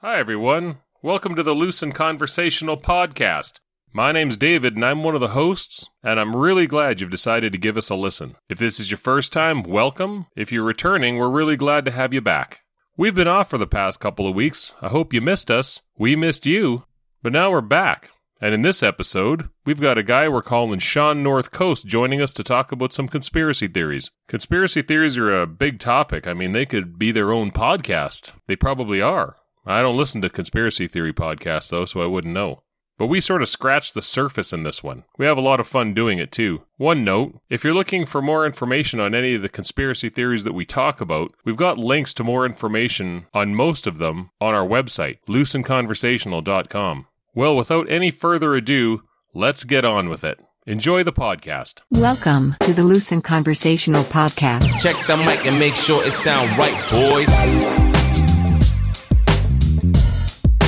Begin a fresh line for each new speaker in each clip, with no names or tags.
Hi, everyone. Welcome to the Loose and Conversational podcast. My name's David, and I'm one of the hosts, and I'm really glad you've decided to give us a listen. If this is your first time, welcome. If you're returning, we're really glad to have you back. We've been off for the past couple of weeks. I hope you missed us. We missed you. But now we're back. And in this episode, we've got a guy we're calling Sean North Coast joining us to talk about some conspiracy theories. Conspiracy theories are a big topic. I mean, they could be their own podcast. They probably are. I don't listen to conspiracy theory podcasts, though, so I wouldn't know. But we sort of scratched the surface in this one. We have a lot of fun doing it too. One note if you're looking for more information on any of the conspiracy theories that we talk about, we've got links to more information on most of them on our website, loosenconversational.com. Well, without any further ado, let's get on with it. Enjoy the podcast.
Welcome to the Loose and Conversational Podcast.
Check the mic and make sure it sound right, boys.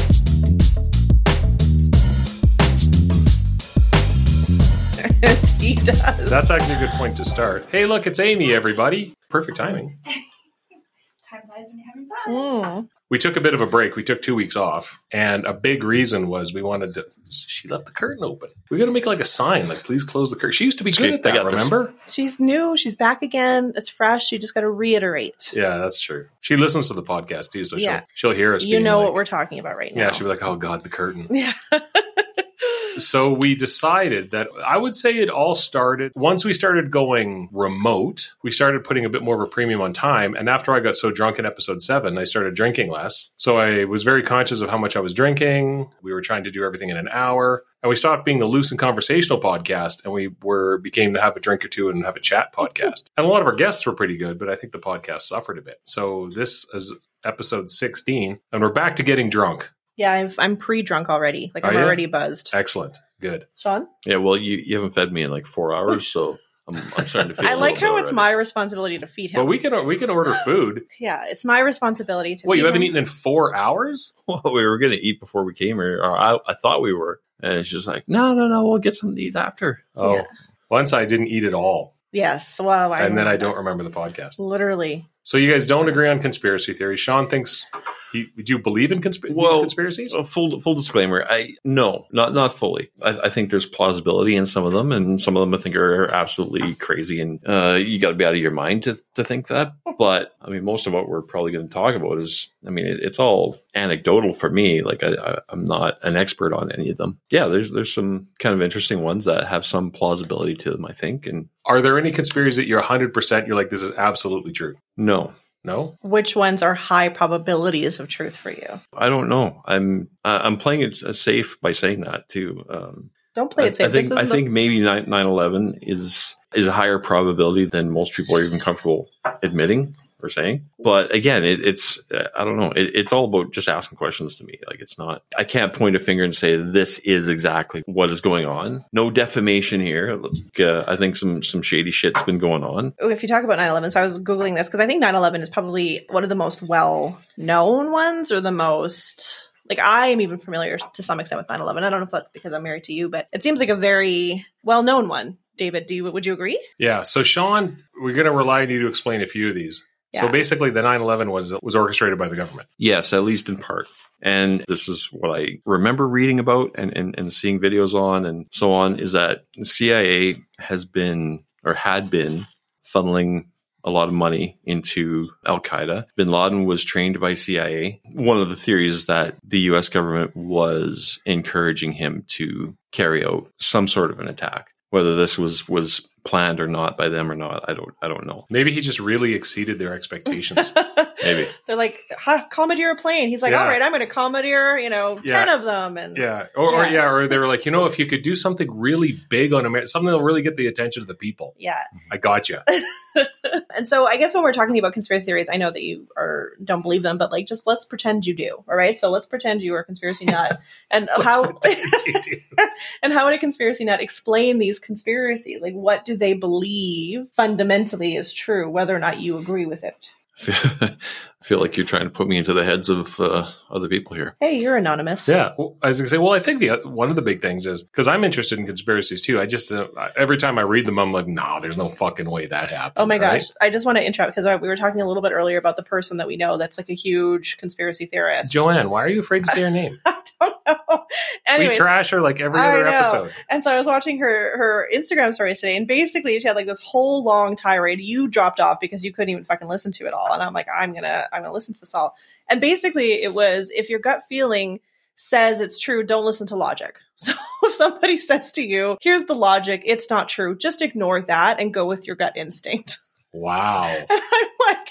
he does.
That's actually a good point to start. Hey, look, it's Amy, everybody. Perfect timing.
time flies when you're having fun.
Mm.
we took a bit of a break. We took two weeks off, and a big reason was we wanted to. She left the curtain open. We got to make like a sign, like "Please close the curtain." She used to be good
Okay,
at
I
that.
got this.
Remember?
She's new. She's back again. It's fresh. You just got to reiterate.
Yeah, that's true. She listens to the podcast too, so
Yeah.
she'll she'll hear us.
You
being
know
like-
what we're talking about right now.
Yeah, she'll be like, "Oh God, the curtain."
Yeah.
so we decided that I would say it all started once we started going remote. We started putting a bit more of a premium on time. And after I got so drunk in episode seven, I started drinking less. So I was very conscious of how much I was drinking. We were trying to do everything in an hour. And we stopped being the loose and conversational podcast and we were became the have a drink or two and have a chat podcast. and a lot of our guests were pretty good, but I think the podcast suffered a bit. So this is episode 16 and we're back to getting drunk.
yeah, I've, I'm pre drunk already. Like,
Are
I'm
ya?
already buzzed.
Excellent. Good.
Sean?
Yeah, well, you, you haven't fed me in like four hours, so I'm, I'm starting to feel.
I
a
like
little
how
bit
it's my
already.
responsibility to feed him.
But we can we can order food.
yeah, it's my responsibility to
What,
feed
you haven't
him.
eaten in four hours?
Well, we were gonna eat before we came here, or I, I thought we were, and she's like, "No, no, no, we'll get something to eat after."
Oh,
Yeah.
once I didn't eat at all.
Yes. Well, I
and then I
remember
don't
that.
remember the podcast.
Literally.
So you guys don't agree on conspiracy theories. Sean thinks, you, do you believe in consp- these
Well, uh,
conspiracies?
So full full disclaimer, I no, not not fully. I, I think there's plausibility in some of them, and some of them I think are absolutely crazy, and uh, you got to be out of your mind to to think that. But I mean, most of what we're probably going to talk about is, I mean, it, it's all anecdotal for me. Like I, I, I'm not an expert on any of them. Yeah, there's there's some kind of interesting ones that have some plausibility to them, I think, and
Are there any conspiracies that you're 100% you're like, this is absolutely true?
no.
No?
Which ones are high probabilities of truth for you?
I don't know. I'm I- I'm playing it s- safe by saying that too. Um,
Don't play
I-
it safe.
I think
this is
I
the-
think maybe 9 11 is is a higher probability than most people are even comfortable admitting or saying. But again, it, it's uh, I don't know. It, it's all about just asking questions to me. Like it's not. I can't point a finger and say this is exactly what is going on. No defamation here. Like, uh, I think some some shady shit's been going on.
Oh, if you talk about 9-11 so i was googling this because i think 9-11 is probably one of the most well-known ones or the most like i am even familiar to some extent with 9-11 i don't know if that's because i'm married to you but it seems like a very well-known one david do you would you agree
Yeah. So, Sean, we're going to rely on you to explain a few of these. So
Yeah.
basically, the 9 11 was, was orchestrated by the government.
Yes, at least in part. And this is what I remember reading about and, and, and seeing videos on and so on is that the CIA has been or had been funneling a lot of money into Al Qaeda. Bin Laden was trained by CIA. One of the theories is that the US government was encouraging him to carry out some sort of an attack. Whether this was was planned or not by them or not, I don't I don't know.
Maybe he just really exceeded their expectations.
Maybe.
they're like ha, commandeer a plane he's like
Yeah.
all right i'm gonna commandeer you know
Yeah.
10 of them and
yeah. Or, or,
Yeah.
yeah. Or they were like, you know, if you could do something really big on America, something that'll really get the attention of the people.
yeah
I gotcha.
and so I guess when we're talking about conspiracy theories, I know that you are don't believe them, but like just let's pretend you do. All right. So let's pretend you are a conspiracy nut. And how and how would a conspiracy nut explain these conspiracies? Like what do they believe fundamentally is true, whether or not you agree with it?
I feel like you're trying to put me into the heads of uh, other people here.
Hey, you're anonymous.
Yeah, well, I was gonna say. Well, I think the uh, one of the big things is because I'm interested in conspiracies too. I just uh, every time I read them, I'm like, nah, there's no fucking way that happened.
Oh my
right?
gosh. I just want to interrupt because we were talking a little bit earlier about the person that we know that's like a huge conspiracy theorist.
Joanne, why are you afraid to say her name?
I don't know.
we
Anyway,
trash her like every
I
other
know.
episode.
and so I was watching her her Instagram story today, and basically she had like this whole long tirade. You dropped off because you couldn't even fucking listen to it all, and I'm like, I'm gonna I'm gonna listen to this all. And basically, it was if your gut feeling says it's true, don't listen to logic. So if somebody says to you, "Here's the logic, it's not true," just ignore that and go with your gut instinct.
Wow.
And I'm like,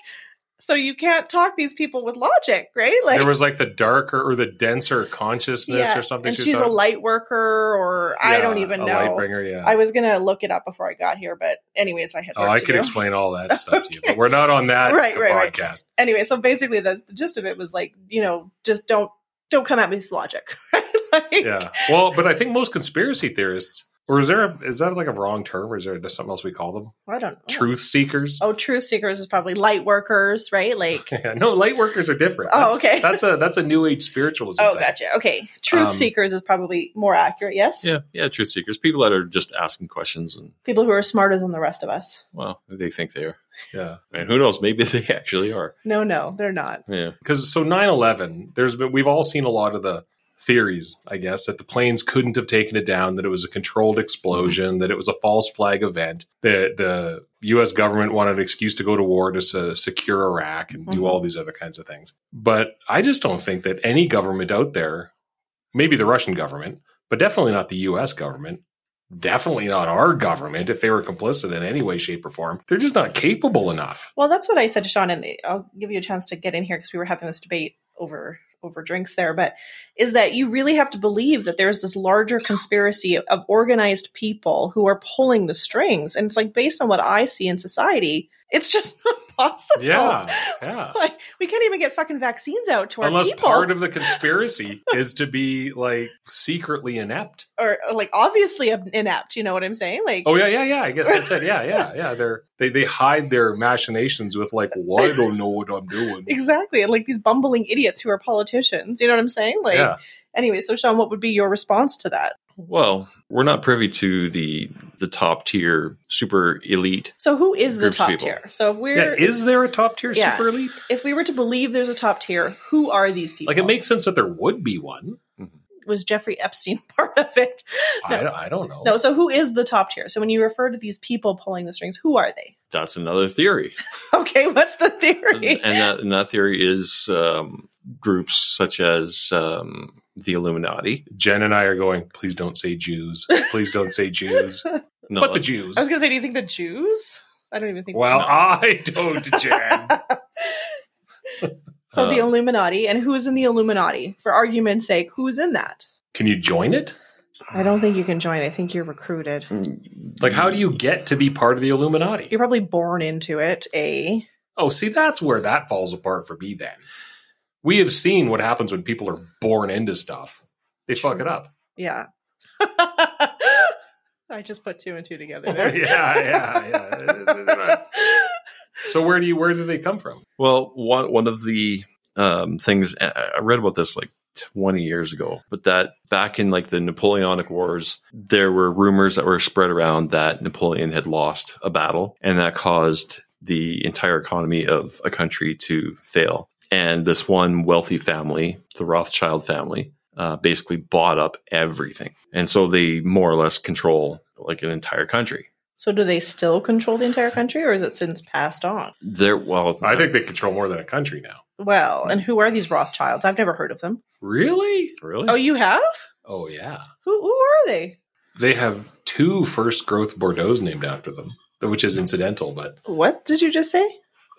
so you can't talk these people with logic, right? Like
there was like the darker or the denser consciousness or something.
And
she was
she's a
talking-
light worker, or I
Yeah,
don't even
a
know.
light bringer, yeah.
I was gonna look it up before I got here, but anyways, I had.
oh,
work
I
to
could
do.
explain all that stuff to you, but
Okay.
we're not on that
Right,
the
right, right.
podcast.
Anyway, so basically, the, the gist of it was like, you know, just don't don't come at me with logic, right? like,
Yeah. Well, but I think most conspiracy theorists, or is there a, is that like a wrong term, or is there something else we call them?
I don't know.
Truth seekers.
Oh, truth seekers is probably light workers, right? Like,
Yeah, no, light workers are different.
Oh,
That's-
okay.
That's a that's a new age spiritualism.
oh,
thing.
gotcha. Okay, truth
Um,
seekers is probably more accurate. Yes,
Yeah, yeah, truth seekers, people that are just asking questions and
people who are smarter than the rest of us.
well, they think they are,
Yeah.
and who knows, maybe they actually are.
No, no, they're not.
Yeah,
because so 9-11 there's been we've all seen a lot of the theories i guess that the planes couldn't have taken it down that it was a controlled explosion that it was a false flag event that the us government wanted an excuse to go to war to se- secure iraq and do
Mhm.
all these other kinds of things but i just don't think that any government out there maybe the russian government but definitely not the us government definitely not our government if they were complicit in any way shape or form they're just not capable enough
Well, that's what I said to Sean, and I'll give you a chance to get in here because we were having this debate over over drinks there. But is that you really have to believe that there's this larger conspiracy of organized people who are pulling the strings, and it's like based on what I see in society, it's just not possible.
yeah yeah
like we can't even get fucking vaccines out to our
Unless
people,
part of the conspiracy is to be like secretly inept.
or like obviously inept. You know what I'm saying? Like,
Oh yeah, yeah, yeah. I guess that's it. Yeah, yeah, yeah. They're they, they hide their machinations with like, well, I don't know what I'm doing.
exactly, and like these bumbling idiots who are politicians. You know what I'm saying? Like,
yeah.
anyway, so Sean, what would be your response to that?
well, we're not privy to the the top tier, super elite.
So who is the
Groups of
top
people.
tier? So if
Yeah.
we're
Is there a top tier
Yeah.
super elite?
if we were to believe there's a top tier, who are these people?
Like it makes sense that there would be one.
was Jeffrey Epstein part of it?
I, don't- I don't know.
No, so who is the top tier? So when you refer to these people pulling the strings, who are they?
That's another theory,
Okay, what's the
and,
theory?
and that and that theory is um, groups such as um, the Illuminati.
Jen and I are going. Please don't say Jews. Please don't say Jews.
No,
but the Jews.
I was gonna say, do you think the Jews? I don't even think.
Well, I don't, Jen.
so the
uh,
Illuminati, and who's in the Illuminati? For argument's sake, who's in that?
Can you join it?
I don't think you can join. I think you're recruited.
Like, how do you get to be part of the Illuminati?
You're probably born into it. A
Oh, see, that's where that falls apart for me then. We have seen what happens when people are born into stuff. They fuck it up.
yeah. I just put two and two together.
yeah,
There.
yeah, yeah. so where do you where do they come from?
Well, one one of the um, things I I read about this like 20 years ago, but that back in like the Napoleonic Wars, there were rumors that were spread around that Napoleon had lost a battle, and that caused the entire economy of a country to fail. And this one wealthy family, the Rothschild family, uh, basically bought up everything, and so they more or less control like an entire country.
So do they still control the entire country or is it since passed on?
There, well,
I think they control more than a country now.
Well, and who are these Rothschilds? I've never heard of them.
Really?
really.
Oh, you have?
Oh yeah.
Who, who are they?
They have two first growth Bordeaux named after them, which is incidental, but
What did you just say?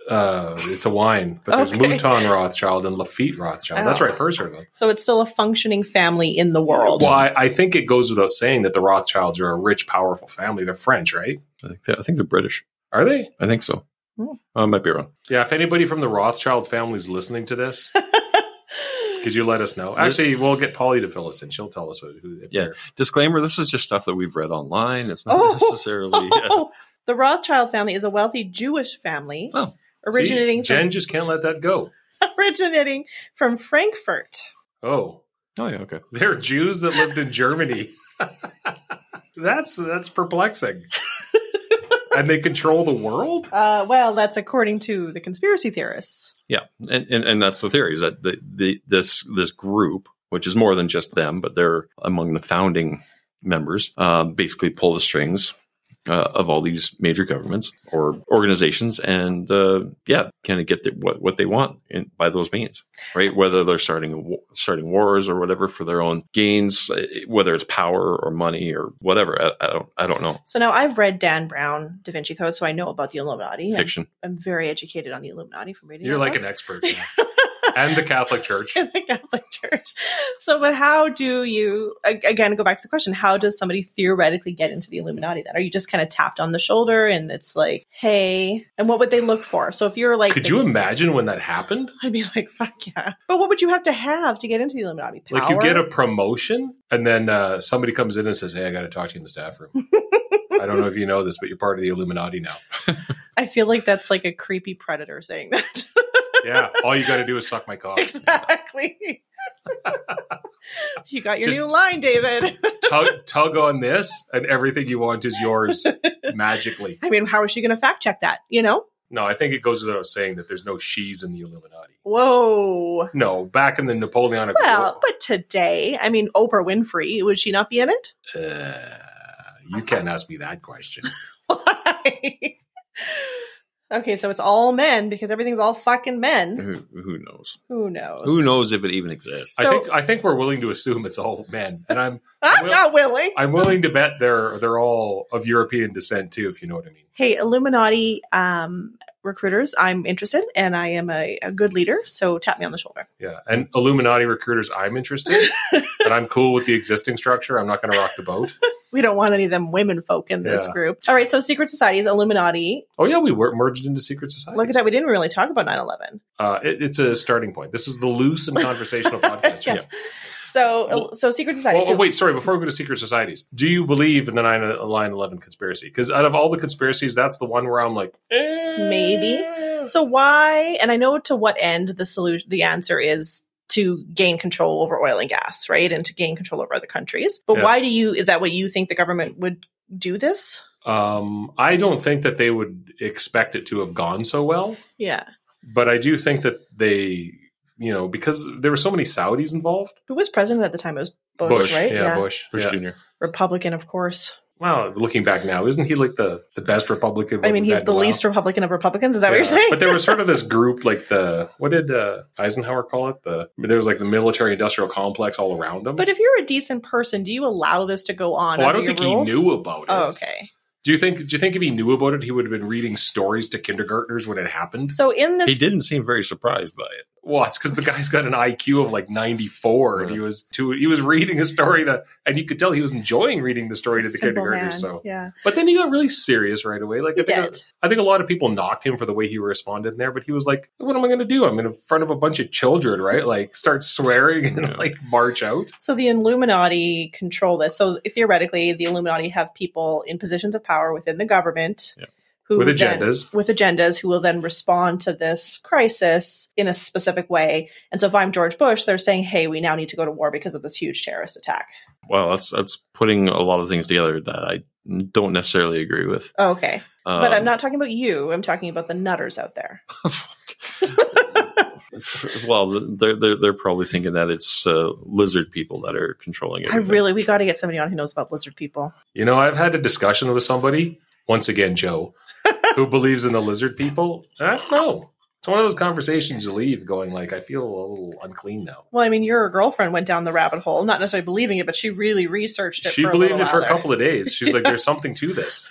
uh, it's a wine. But there's
Okay.
Mouton Rothschild and Lafitte Rothschild. That's where I first heard of them.
So it's still a functioning family in the world.
Well, I, I think it goes without saying that the Rothschilds are a rich, powerful family. They're French, right?
I think they're, I think they're British.
Are they?
I think so.
Hmm.
I might be wrong.
Yeah, if anybody from the Rothschild family's listening to this, could you let us know? Actually, we'll get Polly to fill us in. She'll tell us who. who- If
Yeah.
they're-
Disclaimer: This is just stuff that we've read online. It's not
Oh.
necessarily.
The Rothschild family is a wealthy Jewish family
Oh.
originating
See, Jen
from,
just can't let that go.
originating from Frankfurt.
Oh,
Oh yeah, okay.
they're Jews that lived in Germany. that's that's perplexing. and they control the world.
Uh, well, that's according to the conspiracy theorists.
Yeah, and, and and that's the theory is that the, the this this group, which is more than just them, but they're among the founding members, uh, basically pull the strings uh, of all these major governments or organizations, and uh, yeah, kind of get the, what what they want in, by those means, right? Whether they're starting a wa- starting wars or whatever for their own gains, eh, whether it's power or money or whatever, I, I don't I don't know.
So now I've read Dan Brown, Da Vinci Code, so I know about the Illuminati. I'm,
Fiction.
I'm very educated on the Illuminati from reading.
You're
that
like
book.
an expert. now. and the Catholic Church.
in the Catholic Church. So, but how do you a- again go back to the question? How does somebody theoretically get into the Illuminati? Then are you just kind of tapped on the shoulder and it's like, hey, and what would they look for? So if you're like,
Could you imagine when that happened?
I'd be like, fuck yeah. But what would you have to have to get into the Illuminati? Power?
Like you get a promotion, and then uh, somebody comes in and says, "Hey, I got to talk to you in the staff room." I don't know if you know this, but you're part of the Illuminati now.
I feel like that's like a creepy predator saying that.
Yeah, all you got to do is suck my cock.
exactly. you got your
Just-
new line, David.
Tug, tug on this, and everything you want is yours magically.
I mean, how is she going to fact check that? You know?
No, I think it goes without saying that there's no she's in the Illuminati.
Whoa.
No, back in the Napoleonic
Well,
War,
but today, I mean, Oprah Winfrey, would she not be in it?
uh, you can't ask me that question.
Why? okay, so it's all men because everything's all fucking men.
Who, who knows?
Who knows?
Who knows if it even exists?
Mm. I
So-
think I think we're willing to assume it's all men, and I'm
I'm
Will-
not willing.
I'm willing to bet they're they're all of European descent too, if you know what I mean.
hey, Illuminati um, recruiters, I'm interested and I am a, a good leader, so tap me on the shoulder.
Yeah, and Illuminati recruiters, I'm interested, and I'm cool with the existing structure. I'm not going to rock the boat.
We don't want any of them women folk in this
Yeah.
group. All right, so secret societies, Illuminati.
Oh yeah, we were merged into secret society.
Look at that. We didn't really talk about 9 11.
Uh, it, it's a starting point. This is the loose and conversational podcast.
Yes. So, so secret societies.
Well, oh, wait, sorry. Before we go to secret societies, do you believe in the 9 11 conspiracy? Because out of all the conspiracies, that's the one where I'm like, eh,
Maybe. So why? And I know to what end the solution, the answer is to gain control over oil and gas, right, and to gain control over other countries. But
Yeah.
why do you? Is that what you think the government would do this?
Um, I don't think that they would expect it to have gone so well.
Yeah.
but I do think that they, you know, because there were so many Saudis involved.
Who was president at the time? It was Bush, right?
yeah, Bush,
Bush
yeah.
Jr.
Republican, of course.
Wow, looking back now, isn't he like the the best Republican?
I
we've
mean, he's
had in
the
a while?
least Republican of Republicans. Is that what
Yeah.
you're saying?
But there was sort of this group, like the what did uh, Eisenhower call it? The there was like the military industrial complex all around him.
But if you're a decent person, do you allow this to go on?
oh, I
under
don't
your
think
rule?
he knew about it.
Oh, okay.
Do you think? Do you think if he knew about it, he would have been reading stories to kindergartners when it happened?
So in this
He didn't seem very surprised by it.
Well, it's because the guy's got an IQ of like 94, and he was to he was reading a story to, and you could tell he was enjoying reading the story to the
Simple
kindergartners.
man.
So,
yeah,
but then he got really serious right away. Like
he
I think, uh,
did.
I think a lot of people knocked him for the way he responded in there, but he was like, "What am I going to do? I'm in front of a bunch of children, right? Like start swearing and
Yeah.
like march out."
So the Illuminati control this. So theoretically, the Illuminati have people in positions of power within the government
Yeah.
who
With
then-
agendas.
with agendas, who will then respond to this crisis in a specific way. And so, if I'm George Bush, they're saying, "Hey, we now need to go to war because of this huge terrorist attack."
Well, that's that's putting a lot of things together that I don't necessarily agree with.
Okay, but
Um,
I'm not talking about you. I'm talking about the nutters out there.
well, they're they're, they're probably thinking that it's uh, lizard people that are controlling
I
everything.
really, we got to get somebody on who knows about lizard people.
You know, I've had a discussion with somebody once again, Joe, who believes in the lizard people. I don't know. It's one of those conversations you leave going like, "I feel a little unclean now."
Well, I mean, your girlfriend went down the rabbit hole, not necessarily believing it, but she really researched it.
she
for a
believed
little
it for a
while there.
couple of days. She's like, "There's something to this."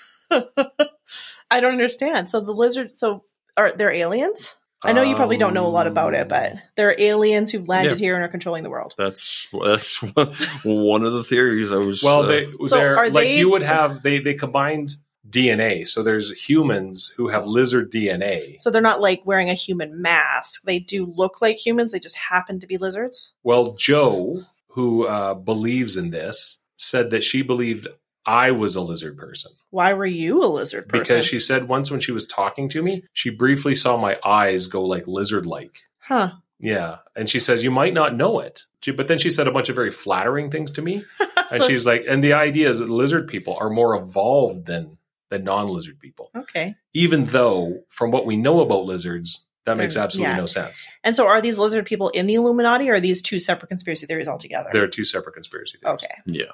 I don't understand. So the lizard, so are they're aliens? I know you probably don't know a
Um,
lot about it, but they're aliens who've landed
Yeah.
here and are controlling the world.
That's that's one one of the theories I was.
well,
uh,
they
So
they're
are
like
they-
you would have they they combined DNA. So there's humans who have lizard DNA.
So they're not like wearing a human mask. They do look like humans. They just happen to be lizards.
Well, Joe, who uh, believes in this, said that she believed I was a lizard person.
Why were you a lizard person?
Because she said once when she was talking to me, she briefly saw my eyes go like lizard like.
huh?
Yeah. And she says, You might not know it. She, but then she said a bunch of very flattering things to me. And
So-
she's like, And the idea is that lizard people are more evolved than, than non lizard people.
okay.
Even though, from what we know about lizards, that makes
They're-
absolutely
Mm, yeah.
no sense.
And so, are these lizard people in the Illuminati, or are these two separate conspiracy theories altogether?
There are two separate conspiracy theories.
okay.
Yeah.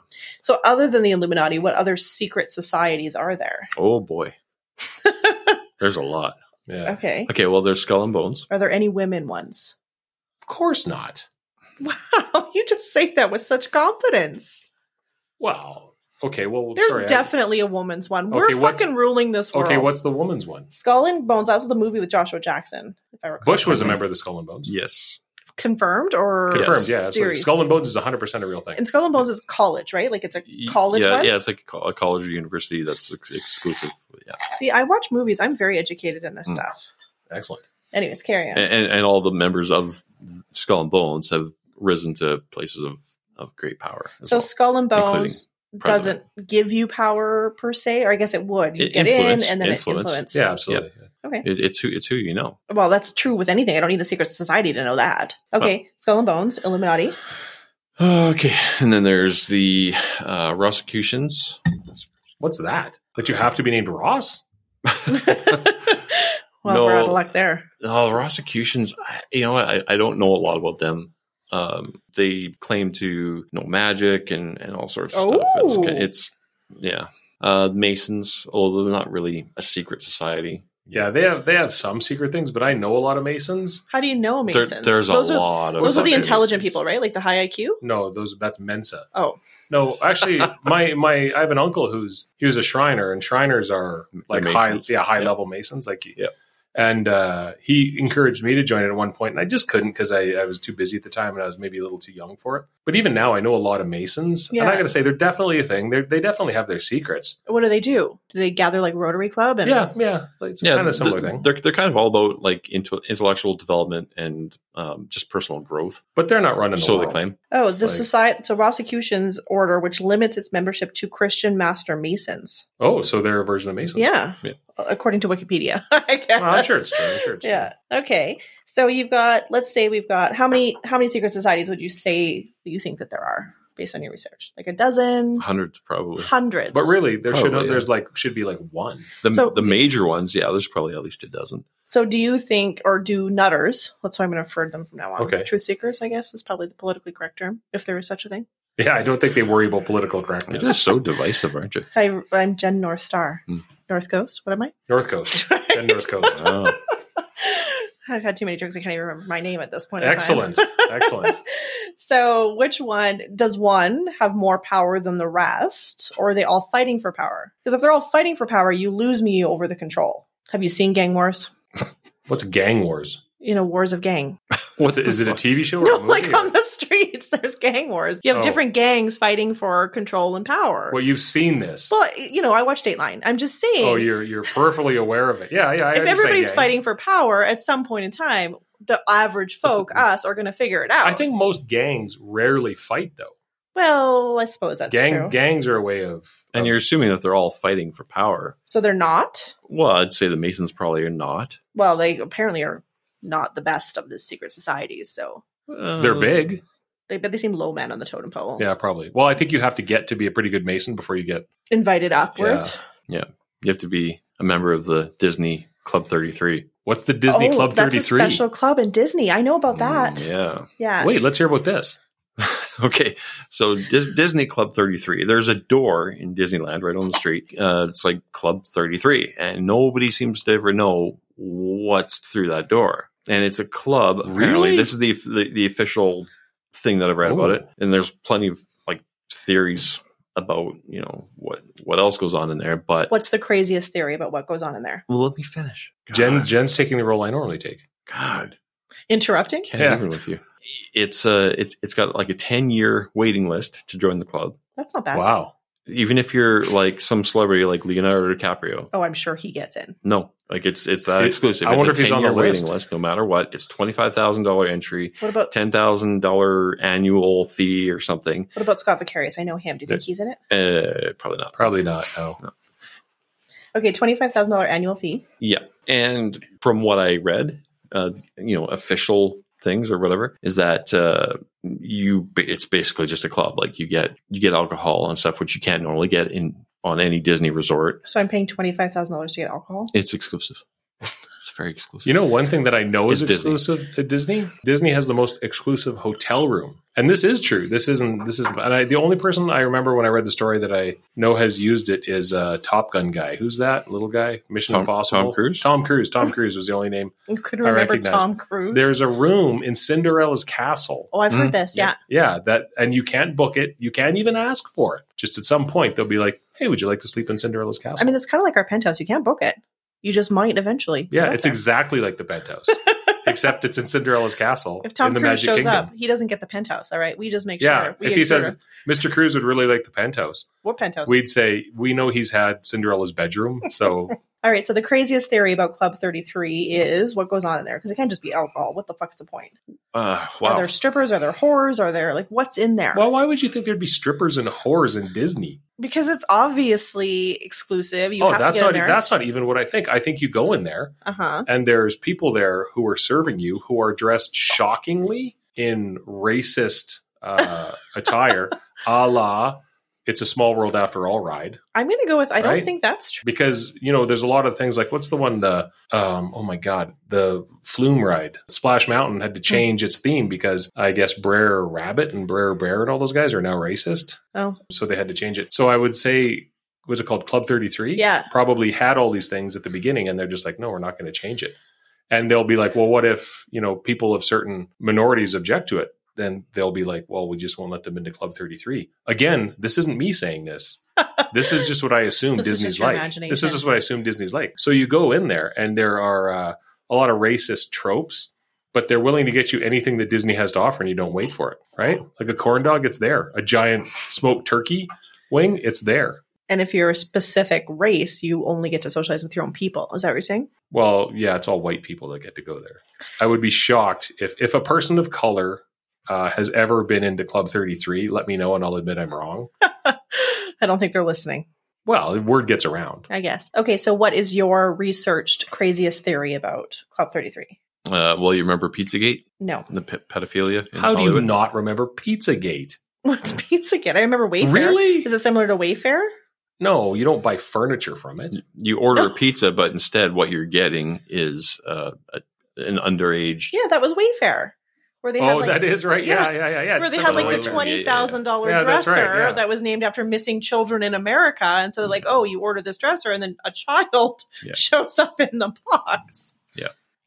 So, other than the Illuminati, what other secret societies are there?
Oh boy. There's a lot.
Yeah.
Okay.
Okay, well, there's Skull and Bones.
Are there any women ones?
Of course not.
Wow, Oh, you just say that with such confidence.
Well, okay. Well,
There's
sorry, I-
definitely a woman's one.
Okay,
We're
what's-
fucking ruling this world.
okay, what's the woman's one?
Skull and Bones? That's the movie with Joshua Jackson, if I recall.
Bush was a member of the Skull and Bones.
Yes.
confirmed or
Confirmed,
Yes.
yeah, absolutely.
Series.
Skull and Bones is 100% a real thing.
And Skull and Bones is college, right? Like it's a
Y-
college
yeah,
one.
Yeah, it's like a, co- a college or university that's ex- exclusive. Yeah.
See, I watch movies. I'm very educated in this
Mm. Eh,
stuff.
Excellent.
Anyways, carry on.
And, and, and all the members of Skull and Bones have risen to places of, of great power. as
so
well.
Skull and
including
Bones doesn't
president.
give you power per se, or I guess it would. You
It-
get in
influence,
and then
influence.
it influence.
Yeah, absolutely.
Okay.
It, it's who it's who you know.
Well, that's true with anything. I don't need a secret society to know that. Okay. Skull and Bones, Illuminati.
Okay, and then there's the uh, Rosicrucians.
What's that? That you have to be named Ross?
Well,
No.
we're out of luck there.
Oh, the Rosicrucians. I- You know, what, I, I don't know a lot about them. Um, they claim to know magic and, and all sorts of stuff. It's,
Oh.
it's yeah. Uh, Masons, although they're not really a secret society.
Yeah, they have they have some secret things, but I know a lot of Masons.
How do you know
There-
Masons?
there's
those
a
are,
lot of
Those are the
fucking
intelligent
Masons.
people, right? Like the high IQ?
No, those that's Mensa.
Oh.
No, actually, my my I have an uncle who's he was a Shriner, and Shriners are like high
Masons.
yeah high
Yeah.
level Masons, like
Yeah.
And uh, he encouraged me to join it at one point, and I just couldn't because I, I was too busy at the time, and I was maybe a little too young for it. But even now, I know a lot of Masons, and I
Yeah.
got to say, they're definitely a thing. They they definitely have their secrets.
What do they do? Do they gather like Rotary Club and
Yeah, yeah, like, it's kind of a similar
th-
thing,
They're they're kind of all about like into, intellectual development and um, just personal growth.
but they're not running the
So they
world.
claim.
Oh, the
Like-
society so Rosicrucian's order, which limits its membership to Christian Master Masons.
Oh, so they're a version of Masons.
Yeah,
Yeah.
according to Wikipedia. I guess.
Well, I'm sure it's true. I'm sure it's
yeah. Okay. So you've got, let's say we've got how many how many secret societies would you say that you think that there are based on your research? Like a dozen,
Hundreds probably.
hundreds.
But really, there should
Probably, Oh, yeah.
there's like should be like one.
The,
So-
the major ones, yeah, there's probably at least a dozen.
So do you think, or do nutters? That's how I'm going to refer to them from now on.
Okay.
Truth seekers, I guess, is probably the politically correct term, if there is such a thing.
Yeah, I don't think they worry about political
You're
correctness.
just so divisive, aren't you?
I, I'm Jen North Star,
Hmm.
North Coast. What am I?
North Coast and North Coast.
Oh.
I've had too many drinks. I can't even remember my name at this point. in time.
Excellent, excellent.
So, which one does one have more power than the rest, or are they all fighting for power? Because if they're all fighting for power, you lose me over the control. Have you seen gang wars?
What's gang wars?
You know, wars of gang.
What's it, is it a TV show? Or
No,
a movie
like
or-
on the streets, there's gang wars. You have
Oh.
different gangs fighting for control and power.
well, you've seen this.
well, you know, I watch Dateline. I'm just saying.
oh, you're you're peripherally aware of it. Yeah, yeah. I
if
understand
everybody's
gangs.
fighting for power at some point in time, the average folk, us, are going to figure it out.
I think most gangs rarely fight though.
Well, I suppose that's
Gang
true.
gangs are a way of
And
of-
you're assuming that they're all fighting for power.
So they're not.
Well, I'd say the Masons probably are not.
Well, they apparently are not the best of the secret societies. So
they're
Uh,
Mm.
big.
they but they seem low man on the totem pole.
Yeah, probably. Well, I think you have to get to be a pretty good mason before you get.
Invited upwards.
You have to be a member of the Disney Club 33.
What's the Disney
Oh,
Club Thirty
That's a
Three?
special club in Disney. I know about that.
Mm,
yeah.
yeah.
Wait, let's hear about this.
Okay. So Dis- Disney Club 33. There's a door in Disneyland right on the street. Uh, it's like Club 33. And nobody seems to ever know what's through that door. And it's a club. Apparently,
Really?
this is the, the, the official thing that I've read about
Ooh.
it. And there's plenty of like theories about, you know, what, what else goes on in there. But
What's the craziest theory about what goes on in there?
well, let me finish. God,
Jen, Jen's taking the role I normally take.
God,
Interrupting?
can't
Yeah.
even with you. It's uh, it's it's got like a ten year waiting list to join the club.
That's not bad.
Wow.
Even if you're like some celebrity like Leonardo DiCaprio,
Oh, I'm sure he gets in.
no, like it's it's that
It-
exclusive.
I
It's
wonder
a
if he's on the
10-year waiting
list.
No matter what, it's twenty five thousand dollar entry,
What about
ten thousand dollar annual fee or something.
what about Scott Vicarious? I know him. Do you think he's in it?
Uh, probably not.
Probably not. No.
Okay, twenty five thousand dollar annual fee.
Yeah, and from what I read, uh, you know, official things or whatever is that uh, you it's basically just a club. Like you get you get alcohol and stuff, which you can't normally get in on any Disney resort.
So I'm paying twenty five thousand dollars to get alcohol.
It's exclusive. It's very exclusive.
You know, one thing that I know is
It's Disney.
exclusive at Disney. Disney has the most exclusive hotel room, and this is true. This isn't. This is. And I, the only person I remember when I read the story that I know has used it is uh, Top Gun guy. Who's that little guy? Mission
Tom-
Impossible.
Tom Cruise?
Tom Cruise. Tom Cruise was the only name.
You could
I
remember
recognize
Tom Cruise.
There's a room in Cinderella's castle.
oh, I've
Mhm.
heard this. Yeah.
Yeah, that, and you can't book it. You can't even ask for it. Just at some point, they'll be like, "Hey, would you like to sleep in Cinderella's castle?"
I mean, it's kind of like our penthouse. You can't book it. You just might eventually.
yeah,
Get
it's
there.
exactly like the penthouse, except it's in Cinderella's castle
if Tom
in the
Cruise
Magic
shows
Kingdom.
up, he doesn't get the penthouse. All right, we just make
Yeah,
sure. We
if he
ensure-
says Mr. Cruz would really like the penthouse,
what penthouse?
we'd say we know he's had Cinderella's bedroom, so
All right. So the craziest theory about Club Thirty Three is what goes on in there because it can't just be alcohol. What the fuck's the point?
uh,
Are
wow.
there strippers? Are there whores? Are there like what's in there?
well, why would you think there'd be strippers and whores in Disney?
because it's obviously exclusive. You
oh,
have
that's
to get
not
in there.
that's not even what I think. I think you go in there
uh huh.
and there's people there who are serving you who are dressed shockingly in racist uh, attire, a la "It's a Small World After All" ride.
I'm gonna go with. I don't
Right?
think that's true.
because you know there's a lot of things like what's the one the um, oh my god the flume ride splash mountain had to change its theme because i guess brer rabbit and brer bear and all those guys are now racist
Oh,
so they had to change it so i would say was it called club 33
Yeah.
probably had all these things at the beginning and they're just like no we're not going to change it and they'll be like well what if you know people of certain minorities object to it then they'll be like well we just won't let them into club 33 again this isn't me saying this this is just what I assume
This is
Disney's
just your
like.
imagination.
This is just what I assume Disney's like. So you go in there, and there are uh, a lot of racist tropes, but they're willing to get you anything that Disney has to offer, and you don't wait for it, right? Like a corn dog, it's there. A giant smoked turkey wing, it's there.
and if you're a specific race, you only get to socialize with your own people. Is that what you're saying?
Well, yeah, it's all white people that get to go there. I would be shocked if if a person of color uh, has ever been into Club Thirty Three. Let me know, and I'll admit I'm wrong.
I don't think they're listening.
Well, word gets around.
I guess. Okay, so what is your researched craziest theory about Club 33?
Uh, well, you remember Pizzagate,
No.
the pe- pedophilia. in
How do you
Hollywood?
not remember Pizzagate?
What's Pizzagate? I remember Wayfair.
Really?
Is it similar to Wayfair?
No, you don't buy furniture from it.
You order a
No.
pizza, but instead, what you're getting is uh, a, an underage.
Yeah, that was Wayfair. Where they had
Oh,
like,
that is right. Yeah, yeah, yeah, yeah.
where
It's
they had
similar
like the
to-
twen-
twenty thousand dollar
Yeah, that's
dresser
right, yeah.
that was named after missing children in America, and so they're like, "Oh, you order this dresser, and then a child
Yeah.
shows up in the box."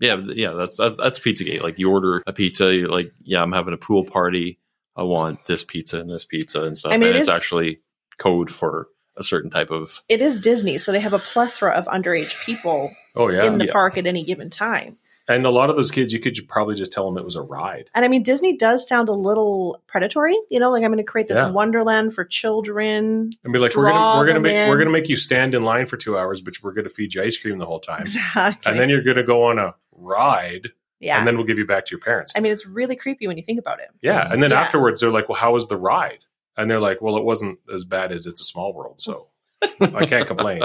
Yeah, th- yeah, that's that's, that's Pizzagate. Like you order a pizza, you're like, yeah, I'm having a pool party. I want this pizza and this pizza and stuff.
I mean,
and
it
it's
is-
actually code for a certain type of.
It is Disney, so they have a plethora of underage people
Oh yeah,
in the
Yeah.
park at any given time.
and a lot of those kids, you could ju- probably just tell them it was a ride.
And I mean, Disney does sound a little predatory, you know, like I'm going to create this
Yeah.
wonderland for children.
And be like, we're
Draw
gonna we're gonna
them
make
in.
we're gonna make you stand in line for two hours, but we're gonna feed you ice cream the whole time,
Exactly.
and then you're gonna go on a ride,
yeah.
and then we'll give you back to your parents.
I mean, it's really creepy when you think about it.
yeah, and then
Yeah.
afterwards, they're like, well, how was the ride? And they're like, well, it wasn't as bad as it's a small world, so I can't complain.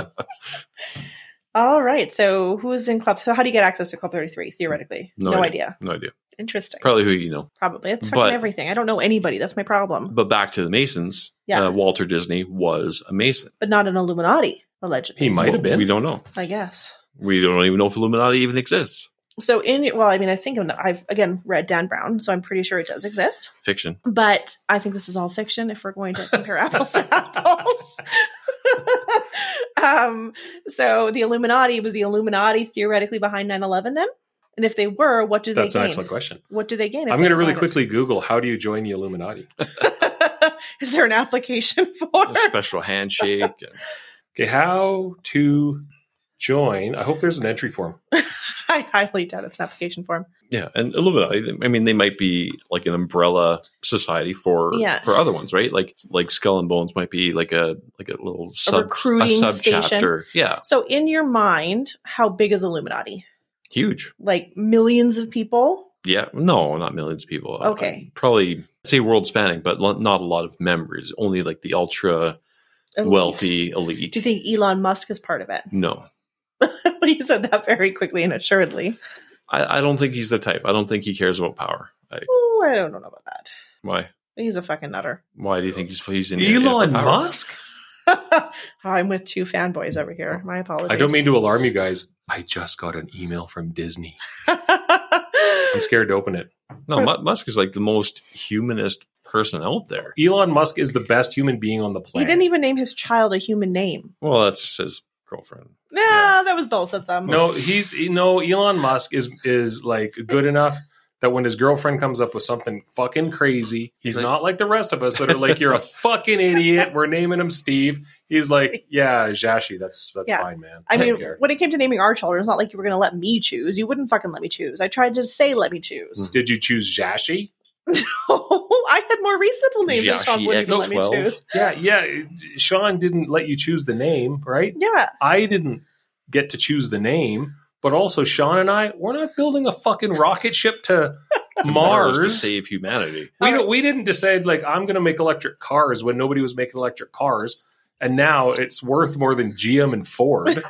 All right. So, who's in Club? So how do you get access to Club 33 theoretically?
No
No,
idea.
idea.
No idea.
Interesting. Probably.
Probably who you know.
It's
But-
fucking everything. I don't know anybody. That's my problem.
But back to the Masons.
Yeah.
Uh, Walter Disney was a Mason.
But not an Illuminati, allegedly.
He might have
Well, We
been.
don't know.
I guess.
We don't even know if Illuminati even exists.
So, in, well, I mean, I think I'm- I've, again, read Dan Brown, so I'm pretty sure it does exist.
Fiction.
but I think this is all fiction if we're going to compare apples to apples. um, so the Illuminati was the Illuminati theoretically behind 9-11 then? And if they were, what do
That's
they
an
gain?
excellent question.
What do they gain? if
I'm going to
they
really
find it?
quickly Google how do you join the Illuminati.
is there an application for?
A special handshake.
Okay, how to join? I hope there's an entry form.
I highly doubt it's an application form.
Yeah, and Illuminati. I mean, they might be like an umbrella society for
Yeah.
for other ones, right? Like like Skull and Bones might be like a like a little sub
recruiting
subchapter. Yeah,
So, in your mind, how big is Illuminati?
huge.
Like millions of people?
Yeah, no, not millions of people. I-
Okay.
I'd probably say world spanning, but lo- not a lot of members. Only like the ultra
Elite.
wealthy elite.
Do you think Elon Musk is part of it?
no,
you said that very quickly and assuredly.
I, I don't think he's the type. I don't think he cares about power. I,
Ooh, I don't know about that.
why?
He's a fucking nutter.
Why do you think he's he's in
Elon
in power?
Musk?
I'm with two fanboys over here. My apologies.
Oh. I don't mean to alarm you guys. I just got an email from Disney. I'm scared to open it.
No, Mu- Musk is like the most humanist person out there.
Elon Musk is the best human being on the
he
planet.
didn't even name his child a human name.
Well, that's his girlfriend.
Nah, that was both of them.
no, he's no Elon Musk is is like good enough that when his girlfriend comes up with something fucking crazy, he's
Like-
not like the rest of us that are like, "You're a fucking idiot." We're naming him Steve. He's like, "Yeah, Jashi, that's that's
Yeah.
fine, man."
I mean,
don't care."
when it came to naming our children, it's not like you were going to let me choose. You wouldn't fucking let me choose. I tried to say let me choose.
did you choose Jashi? Hmm.
I had more reasonable names that Sean
Joshi
wouldn't even let me
X12.
choose.
Yeah, yeah. Sean didn't let you choose the name, right?
Yeah,
I didn't get to choose the name, but also Sean and I, we're not building a fucking rocket ship to, Mars.
to save humanity.
We don't, we didn't decide like I'm going to make electric cars when nobody was making electric cars, and now it's worth more than GM and Ford.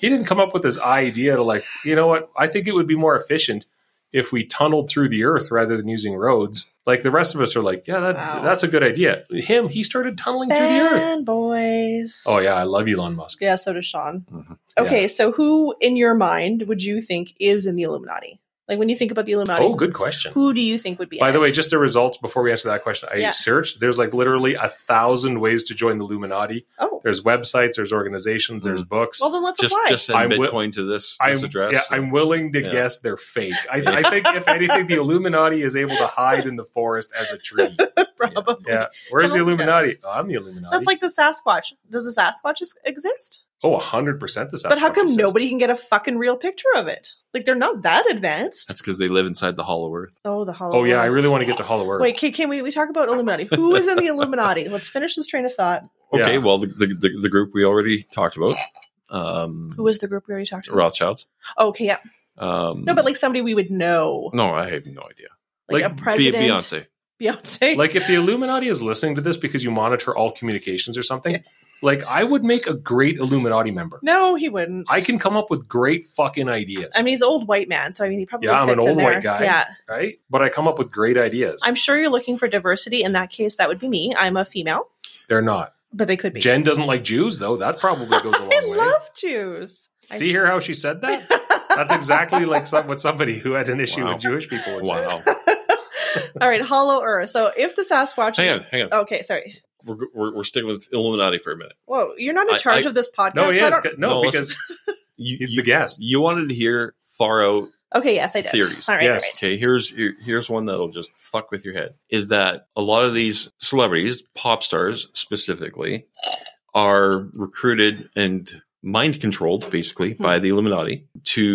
he didn't come up with this idea to like, you know what? I think it would be more efficient if we tunneled through the earth rather than using roads. Like the rest of us are like, yeah, that,
Wow.
that's a good idea. Him, he started tunneling through the earth.
fanboys.
Oh yeah, I Mm-hmm. love Elon Musk.
Yeah, so does Sean.
Mhm.
Okay, so who in your mind would you think is in the Illuminati? Like when you think about the Illuminati,
Oh, good question.
who do you think would be?
By
in
the
it?
way, just the results before we answer that question, I
Yeah.
searched. There's like literally a thousand ways to join the Illuminati.
oh,
There's websites, there's organizations, there's books.
Hmm. well then let's
Just
apply.
just send
I will-
Bitcoin to this,
I'm,
this address.
yeah, I'm willing to
Yeah.
guess they're fake. I, I think, if anything, the Illuminati is able to hide in the forest as a tree.
Probably.
Yeah. Where's the
I don't think
Illuminati? Oh, I'm the Illuminati.
That's like the Sasquatch. Does the Sasquatch is- exist?
oh, 100% the Sasquatch
but how come
exists.
nobody can get a fucking real picture of it? Like they're not that advanced.
That's because they live inside the Hollow Earth.
Oh, the hollow.
Oh, yeah. I
Earth.
really want to get to Hollow Earth.
Wait, can, can we we talk about Illuminati? Who is in the Illuminati? Let's finish this train of thought.
Okay,
Yeah.
well, the, the, the, the group we already talked about, um,
Who was the group we already talked about? Oh,
Rothschilds.
Okay, yeah.
Um,
No, but like somebody we would know,
no, I have no idea.
like,
Like,
a
Be-
Be-
president,
Beyonce.
Beyonce.
like, if the Illuminati is listening to this because you monitor all communications or something, like, I would make a great Illuminati member.
no, he wouldn't.
I can come up with great fucking ideas,
I mean, he's an old white man, so I mean, he probably
Yeah, I'm
fits
an
in
old white
there.
guy.
Yeah,
right? But I come up with great ideas.
I'm sure you're looking for diversity. In that case, that would be me. I'm a female,
They're not.
but they could be.
Jen doesn't like Jews, though. That probably goes a long
I
way.
love Jews. I-
See here how she said that? That's exactly like some, what somebody who had an issue
Wow.
with Jewish people would say.
Wow.
All right, Hollow Earth. So if the Sasquatch,
hang on, hang on.
okay, sorry.
We're, we're, we're sticking with Illuminati for a minute.
Whoa, you're not in
I-
charge
I-
of this podcast.
No, he
I
is.
don't-
No,
No,
because
You,
he's
you,
the guest.
you wanted to hear far out
Okay, yes, I did.
Theories.
All right,
Yes.
all right.
Okay, here's here- here's one that'll just fuck with your head. Is that a lot of these celebrities, pop stars specifically, are recruited and mind controlled basically
Hmm.
by the Illuminati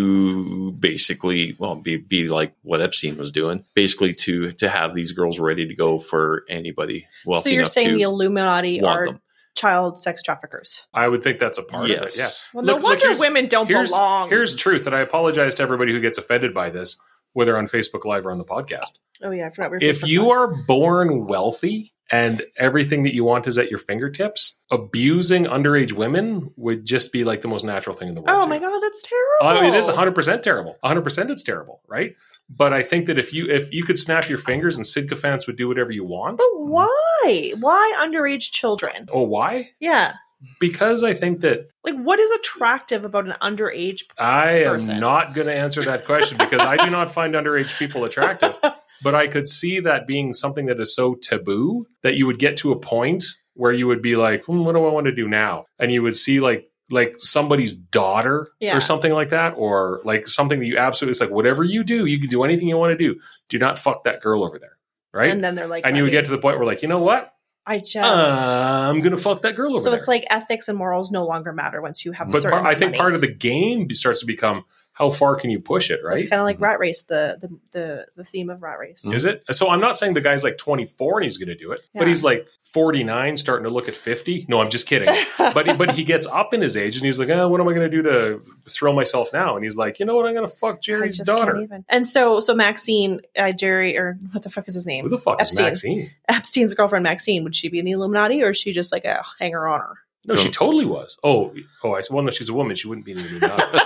to basically well be, be like what Epstein was doing, basically to to have these girls ready to go for anybody wealthy
So you're
enough
saying the
to
Illuminati
want
are
them.
child sex traffickers?
I would think that's a part of it. Yeah.
Well,
Look-
no
look,
wonder
here's-
women don't
Here's,
belong.
here's truth, and I apologize to everybody who gets offended by this, whether on Facebook Live or on the podcast.
oh yeah, I forgot. We were
If you are born wealthy and everything that you want is at your fingertips, abusing underage women would just be like the most natural thing in the world.
oh
to
my
do.
god, that's terrible.
Uh, it is 100% terrible. 100% it's terrible, right? But I think that if you if you could snap your fingers and sycophants would do whatever you want.
But why? Why underage children?
Oh, why?
Yeah.
Because I think that
Like, what is attractive about an underage?
I
Person.
am not going to answer that question because I do not find underage people attractive. But I could see that being something that is so taboo that you would get to a point where you would be like, hmm, "What do I want to do now?" And you would see like like somebody's daughter
Yeah.
or something like that, or like something that you absolutely it's like whatever you do, you can do anything you want to do. Do not fuck that girl over there, right?
And
And,
then they're like,
you would
"Buddy,
get Uh, to the point where like, you know what?
I just.
I'm going to fuck that girl over
so
there.
it's like ethics and morals no longer matter once you have. a
But
certain
part, I think
money.
part of the game be- starts to become how far can you push it, right? Mhm.
It's kind of like Rat Race, the, the the the theme of Rat Race.
Is it? So I'm not saying the guy's like 24 and he's going to do it, but
Yeah.
he's like 49, starting to look at 50. No, I'm just kidding. but he, but he gets up in his age and he's like, oh, what am I going to do to throw myself now? And he's like, you know what? I'm going to fuck
I
Jerry's
just can't
daughter.
even. And so so Maxine, uh, Jerry, or what the fuck is his name?
Who the fuck is
Epstein.
Maxine?
Epstein's girlfriend Maxine. Would she be in the Illuminati, or is she just like a hanger on her?
No, she
Don't-
totally was. Oh, oh, I well, no, she's a woman. She wouldn't be in the Illuminati.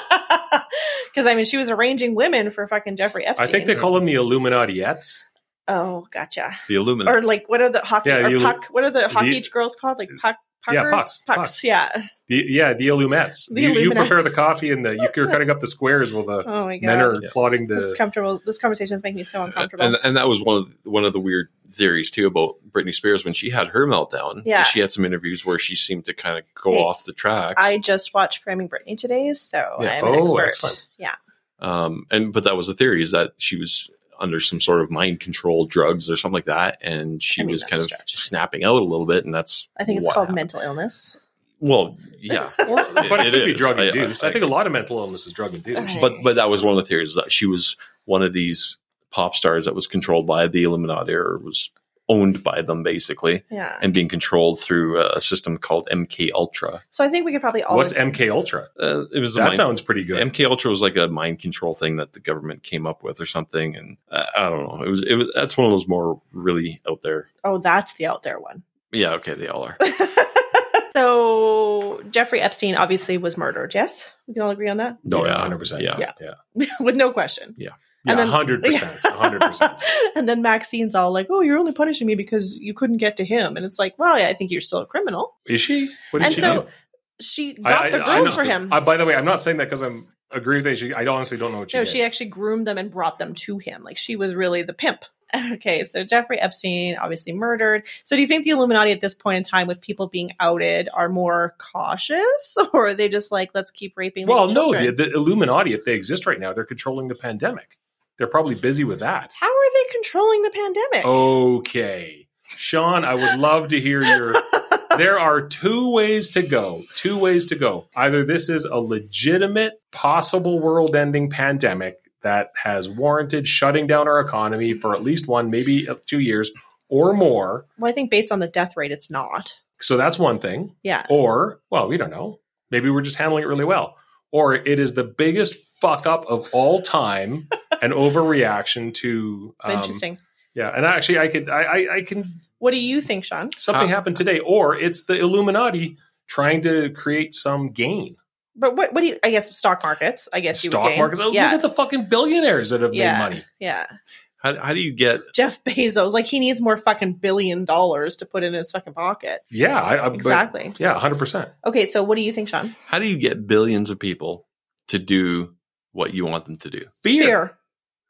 Because I mean, she was arranging women for fucking Jeffrey Epstein.
I think they call them the Illuminatiats.
Oh, gotcha.
The Illuminati.
Or like, what are the hockey
Yeah,
or
the Illu-
puck? What are the hockey
the-
girls called? Like puck.
Uh, Yeah,
Puckers?
pucks,
pucks,
pucks.
yeah.
The, yeah, the Illumats.
The
you, you
Illuminats.
prefer the coffee and the you, you're cutting up the squares while the
Oh my god,
men are
Yeah.
plotting the.
this comfortable. This conversation is making me so uncomfortable.
and, and that was one of the, one of the weird theories too about Britney Spears when she had her meltdown.
Yeah.
she had some interviews where she seemed to kind of go
Hey,
off the tracks.
I just watched Framing Britney today, so
Yeah.
I'm an
Oh,
expert.
excellent.
Yeah,
um, and but that was the theory is that she was under some sort of mind control drugs or something like that, and she
I mean,
was
that's
kind
a
of
stretch.
snapping out a little bit, and that's
I think it's
what
called
happened.
mental illness.
Well, yeah,
or, but it,
It
could be
is.
drug
I- I-
induced. I,
I-
think a lot of mental illness is drug induced.
Right.
but but that was one of the theories that she was one of these pop stars that was controlled by the Illuminati or was owned by them basically
Yeah.
and being controlled through a system called MK Ultra.
So I think we could probably all.
What's MK Ultra?
Uh, it was a
That
mind-
sounds pretty good.
MK Ultra was like a mind control thing that the government came up with or something, and uh, I don't know. It was it was that's one of those more really out there.
oh, that's the out there one.
Yeah, okay, they all are.
so Jeffrey Epstein obviously was murdered. Yes, we can all agree on that
no, yeah,
Yeah.
hundred percent.
Yeah.
yeah, yeah,
with no question. And then-
hundred percent, hundred percent.
and then Maxine's all like, "Oh, you're only punishing me because you couldn't get to him," and it's like, "Well, yeah, I think you're still a criminal."
Is she? What did
And
she
so-
do?
She got the
I
girls
know-
for him.
I, by the way, I'm not saying that because I'm agree with you. She- I honestly don't know what she
no,
did.
she actually groomed them and brought them to him. Like she was really the pimp. Okay, so Jeffrey Epstein obviously murdered. So do you think the Illuminati at this point in time, with people being outed, are more cautious, or are they just like, let's keep raping?
well, no,
little
the,
children?
the Illuminati, if they exist right now, they're controlling the pandemic. They're probably busy with that.
How are they controlling the pandemic?
Oh. Okay. Sean, I would love to hear your. there are two ways to go. Two ways to go. Either this is a legitimate, possible world ending pandemic that has warranted shutting down our economy for at least one, maybe two years or more.
Well, I think based on the death rate, it's not.
So that's one thing.
Yeah.
Or, well, we don't know. Maybe we're just handling it really well. Or it is the biggest fuck up of all time an overreaction to. um,
Interesting.
Yeah. And actually, I could, I, I, I can
What do you think, Sean?
something
Uh,
happened today, or it's the Illuminati trying to create some gain.
But what? What do you? I guess stock markets. I guess you would
Stock
gain.
markets. Oh,
Yeah.
Look at the fucking billionaires that have
Yeah.
made money.
yeah.
How, how do you get?
Jeff Bezos, like he needs more fucking billion dollars to put in his fucking pocket.
Yeah, I, I, but-
Exactly.
yeah, hundred percent.
Okay, so what do you think, Sean?
How do you get billions of people to do what you want them to do?
Fear.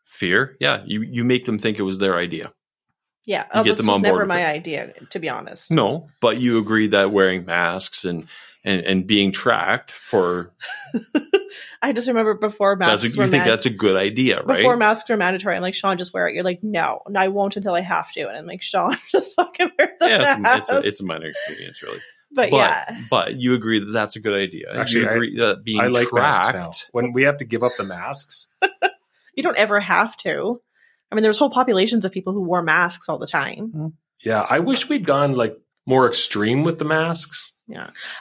Fear. Yeah, you you make them think it was their idea.
Yeah,
You
oh,
get
this
them
was
on
never
board with
my
it.
idea, to be honest.
No, but you agree that wearing masks and and, and being tracked for
I just remember before
that's
masks
a,
were
you think
mand-
that's a good idea, right?
before masks were mandatory. I'm like, Sean, just wear it. You're like, no, and I won't until I have to. And I'm like, Sean, just fucking wear the
yeah,
mask.
it's a, it's a, it's a minor inconvenience, really.
but,
but
yeah,
but you agree that that's a good idea.
Actually,
you
I-
agree that being
I like masks now.
tracked.
When we have to give up the masks,
you don't ever have to. I mean, there's whole populations of people who wore masks all the time.
yeah, I wish we'd gone like more extreme with the masks.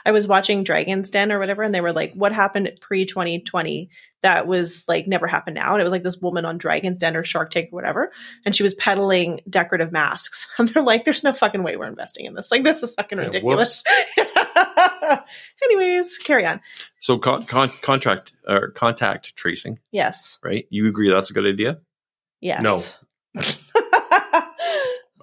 I was watching Dragon's Den or whatever, and they were like, "What happened pre 2020 that was like never happened now?" And it was like this woman on Dragon's Den or Shark Tank or whatever, and she was peddling decorative masks, and they're like, "There's no fucking way we're investing in this. Like, this is fucking
Yeah,
ridiculous." Anyways, carry on.
So con- con- contract or contact tracing,
Yes,
right? You agree that's a good idea.
yes.
No.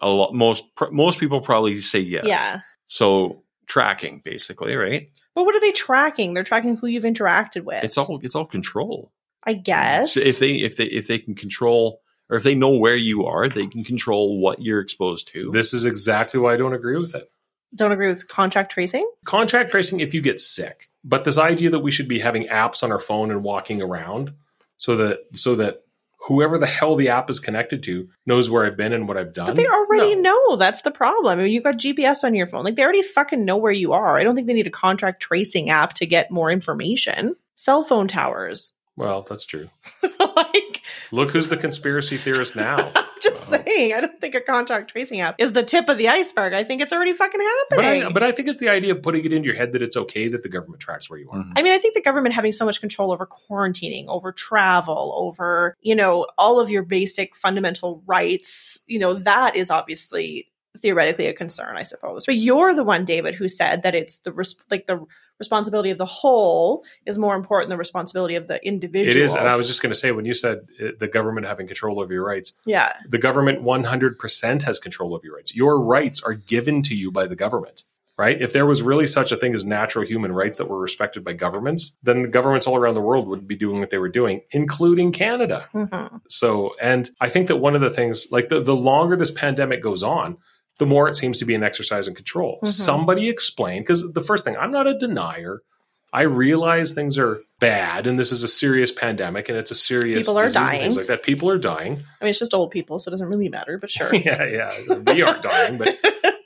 A lot most pr- most people probably say yes.
Yeah,
So tracking, basically, right?
but what are they tracking? They're tracking who you've interacted with.
It's all it's all control.
I guess.
So if they if they if they can control or if they know where you are, they can control what you're exposed to.
This is exactly why I don't agree with it.
Don't agree with contract tracing.
Contract tracing if you get sick, but this idea that we should be having apps on our phone and walking around so that so that whoever the hell the app is connected to knows where I've been and what I've done.
But they already
No.
know. That's the problem. I mean, you've got GPS on your phone. Like they already fucking know where you are. I don't think they need a contract tracing app to get more information. Cell phone towers.
Well, that's true.
like,
Look who's the conspiracy theorist now.
I'm just
Wow.
saying, I don't think a contact tracing app is the tip of the iceberg. I think it's already fucking
But
happening.
I, but I think it's the idea of putting it into your head that it's okay that the government tracks where you are.
I mean, I think the government having so much control over quarantining, over travel, over, you know, all of your basic fundamental rights, you know, that is obviously theoretically a concern, I suppose. But you're the one, David, who said that it's the res- like the responsibility of the whole is more important than the responsibility of the individual.
It is, and I was just going to say when you said uh, the government having control over your rights,
yeah.
the government 100% has control of your rights. Your rights are given to you by the government, right? If there was really such a thing as natural human rights that were respected by governments, then the governments all around the world wouldn't be doing what they were doing, including Canada.
Mhm.
So, and I think that one of the things, like the, the longer this pandemic goes on, the more it seems to be an exercise in control.
Mhm.
Somebody explain, because the first thing, I'm not a denier. I realize things are bad and this is a serious pandemic and it's a serious
People are
disease and
dying.
things like that. People are dying
I mean, it's just old people, so it doesn't really matter, but sure.
yeah, yeah. We are dying, but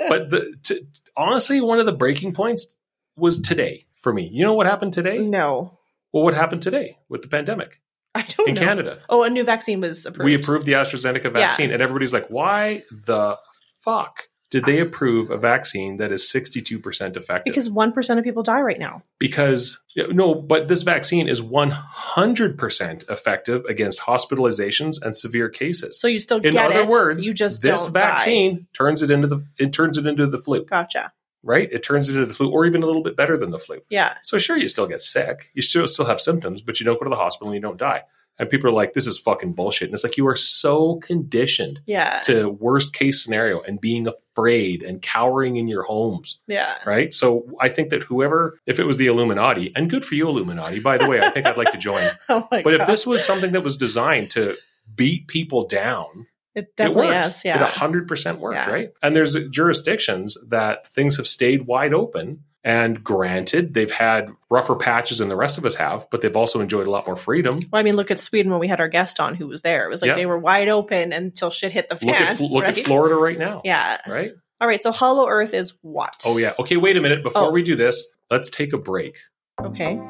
but the, t- honestly, one of the breaking points was today for me. You know what happened today?
no,
Well, what happened today with the pandemic
I don't
in
know.
Canada?
Oh, a new vaccine was approved.
We approved the AstraZeneca vaccine, and everybody's like, "Why the fuck did they approve a vaccine that is sixty-two percent effective?"
because 1% of people die right now.
because no, but this vaccine is one hundred percent effective against hospitalizations and severe cases.
So you still
in
get
other
it.
words,
you just
this
don't die.
vaccine turns it into the it turns it into the flu.
Gotcha.
right? It turns into the flu or even a little bit better than the flu.
Yeah.
So sure, you still get sick. You still still have symptoms, but you don't go to the hospital and you don't die. And people are like, this is fucking bullshit. And it's like you are so conditioned
Yeah.
to worst case scenario and being afraid and cowering in your homes,
Yeah.
right? So I think that whoever, if it was the Illuminati, and good for you, Illuminati, by the way, I think I'd like to join.
Oh my
But if
God.
this was something that was designed to beat people down,
it definitely
it worked.
is.
It
Yeah.
100% worked,
Yeah.
right? And there's jurisdictions that things have stayed wide open. And granted, they've had rougher patches than the rest of us have, but they've also enjoyed a lot more freedom.
Well, I mean, look at Sweden when we had our guest on who was there. It was like
Yeah.
they were wide open until shit hit the fan.
Look, at, Fl- look at
right?
Florida right now,
Yeah.
right?
All right. So Hollow Earth is what?
Oh, yeah. Okay, wait a minute. Before
Oh.
we do this, let's take a break.
Okay.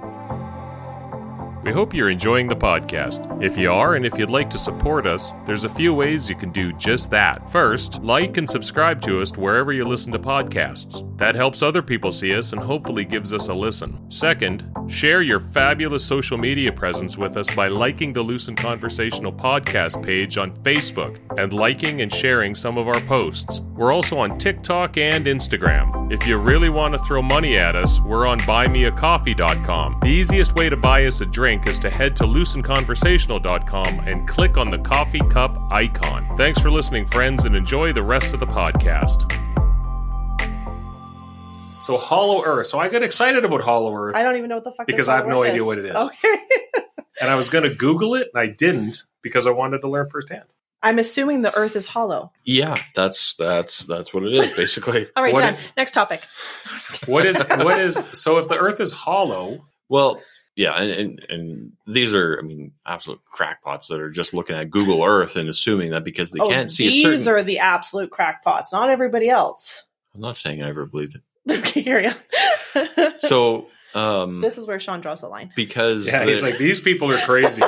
We hope you're enjoying the podcast. If you are, and if you'd like to support us, there's a few ways you can do just that. First, like and subscribe to us wherever you listen to podcasts. That helps other people see us and hopefully gives us a listen. Second, share your fabulous social media presence with us by liking the Loose and Conversational podcast page on Facebook and liking and sharing some of our posts. We're also on TikTok and Instagram. If you really want to throw money at us, we're on buymeacoffee.com. The easiest way to buy us a drink is to head to loosenconversational.com and click on the coffee cup icon. Thanks for listening, friends, and enjoy the rest of the podcast.
So, Hollow Earth. So, I got excited about Hollow Earth,
I don't even know what the fuck.
Because
this
I have no
word
idea
is.
what it is.
Okay.
and I was going to Google it, and I didn't because I wanted to learn firsthand.
I'm assuming the Earth is hollow.
Yeah, that's that's that's what it is basically.
All right,
What-
done. Next topic.
What is, what is, so if the Earth is hollow,
Well, yeah, and, and and these are, I mean, absolute crackpots that are just looking at Google Earth and assuming that because they
oh,
can't see a
these
certain.
are the absolute crackpots, not everybody else.
I'm not saying I ever believed it.
Okay, carry on.
So, um,
this is where Sean draws the line.
because
yeah,
the-
he's like, these people are crazy.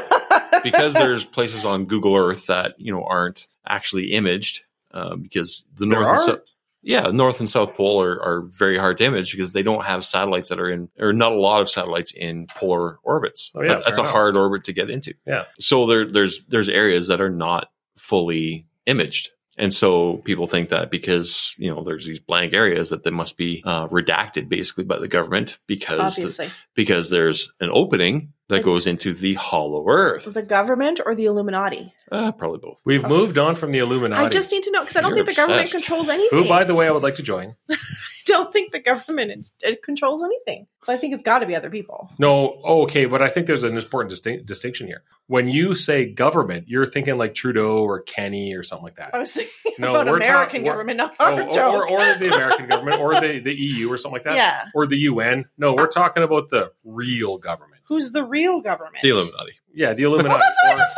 because there's places on Google Earth that you know aren't actually imaged uh, because the
There
north and
are?
south. Yeah, North and South Pole are, are very hard to image because they don't have satellites that are in, or not a lot of satellites in polar orbits.
Oh, yeah,
That- that's
fair
a
enough.
hard orbit to get into.
Yeah.
So there, there's there's areas that are not fully imaged, and so people think that because you know there's these blank areas that they must be uh, redacted basically by the government because the-
Obviously,
because there's an opening that
Like-
goes into the hollow earth.
the government or the Illuminati.
Uh, probably both.
We've moved on from the Illuminati.
I just need to know because I don't
You're
think the government
obsessed.
controls anything.
who, by the way, I would like to join.
I don't think the government it, it controls anything. So I think it's got to be other people.
No, oh, okay, but I think there's an important distinct, distinction here. When you say government, you're thinking like Trudeau or Kenny or something like that.
I was thinking
No,
about
we're ta-
American
we're-
government, not
Oh,
our
or,
joke.
or, or the American government or the, the EU or something like that.
yeah,
Or the UN. No, we're talking about the real government.
who's the real government?
The Illuminati.
Yeah, the
Well,
Illuminati.
that's what I
Or-
just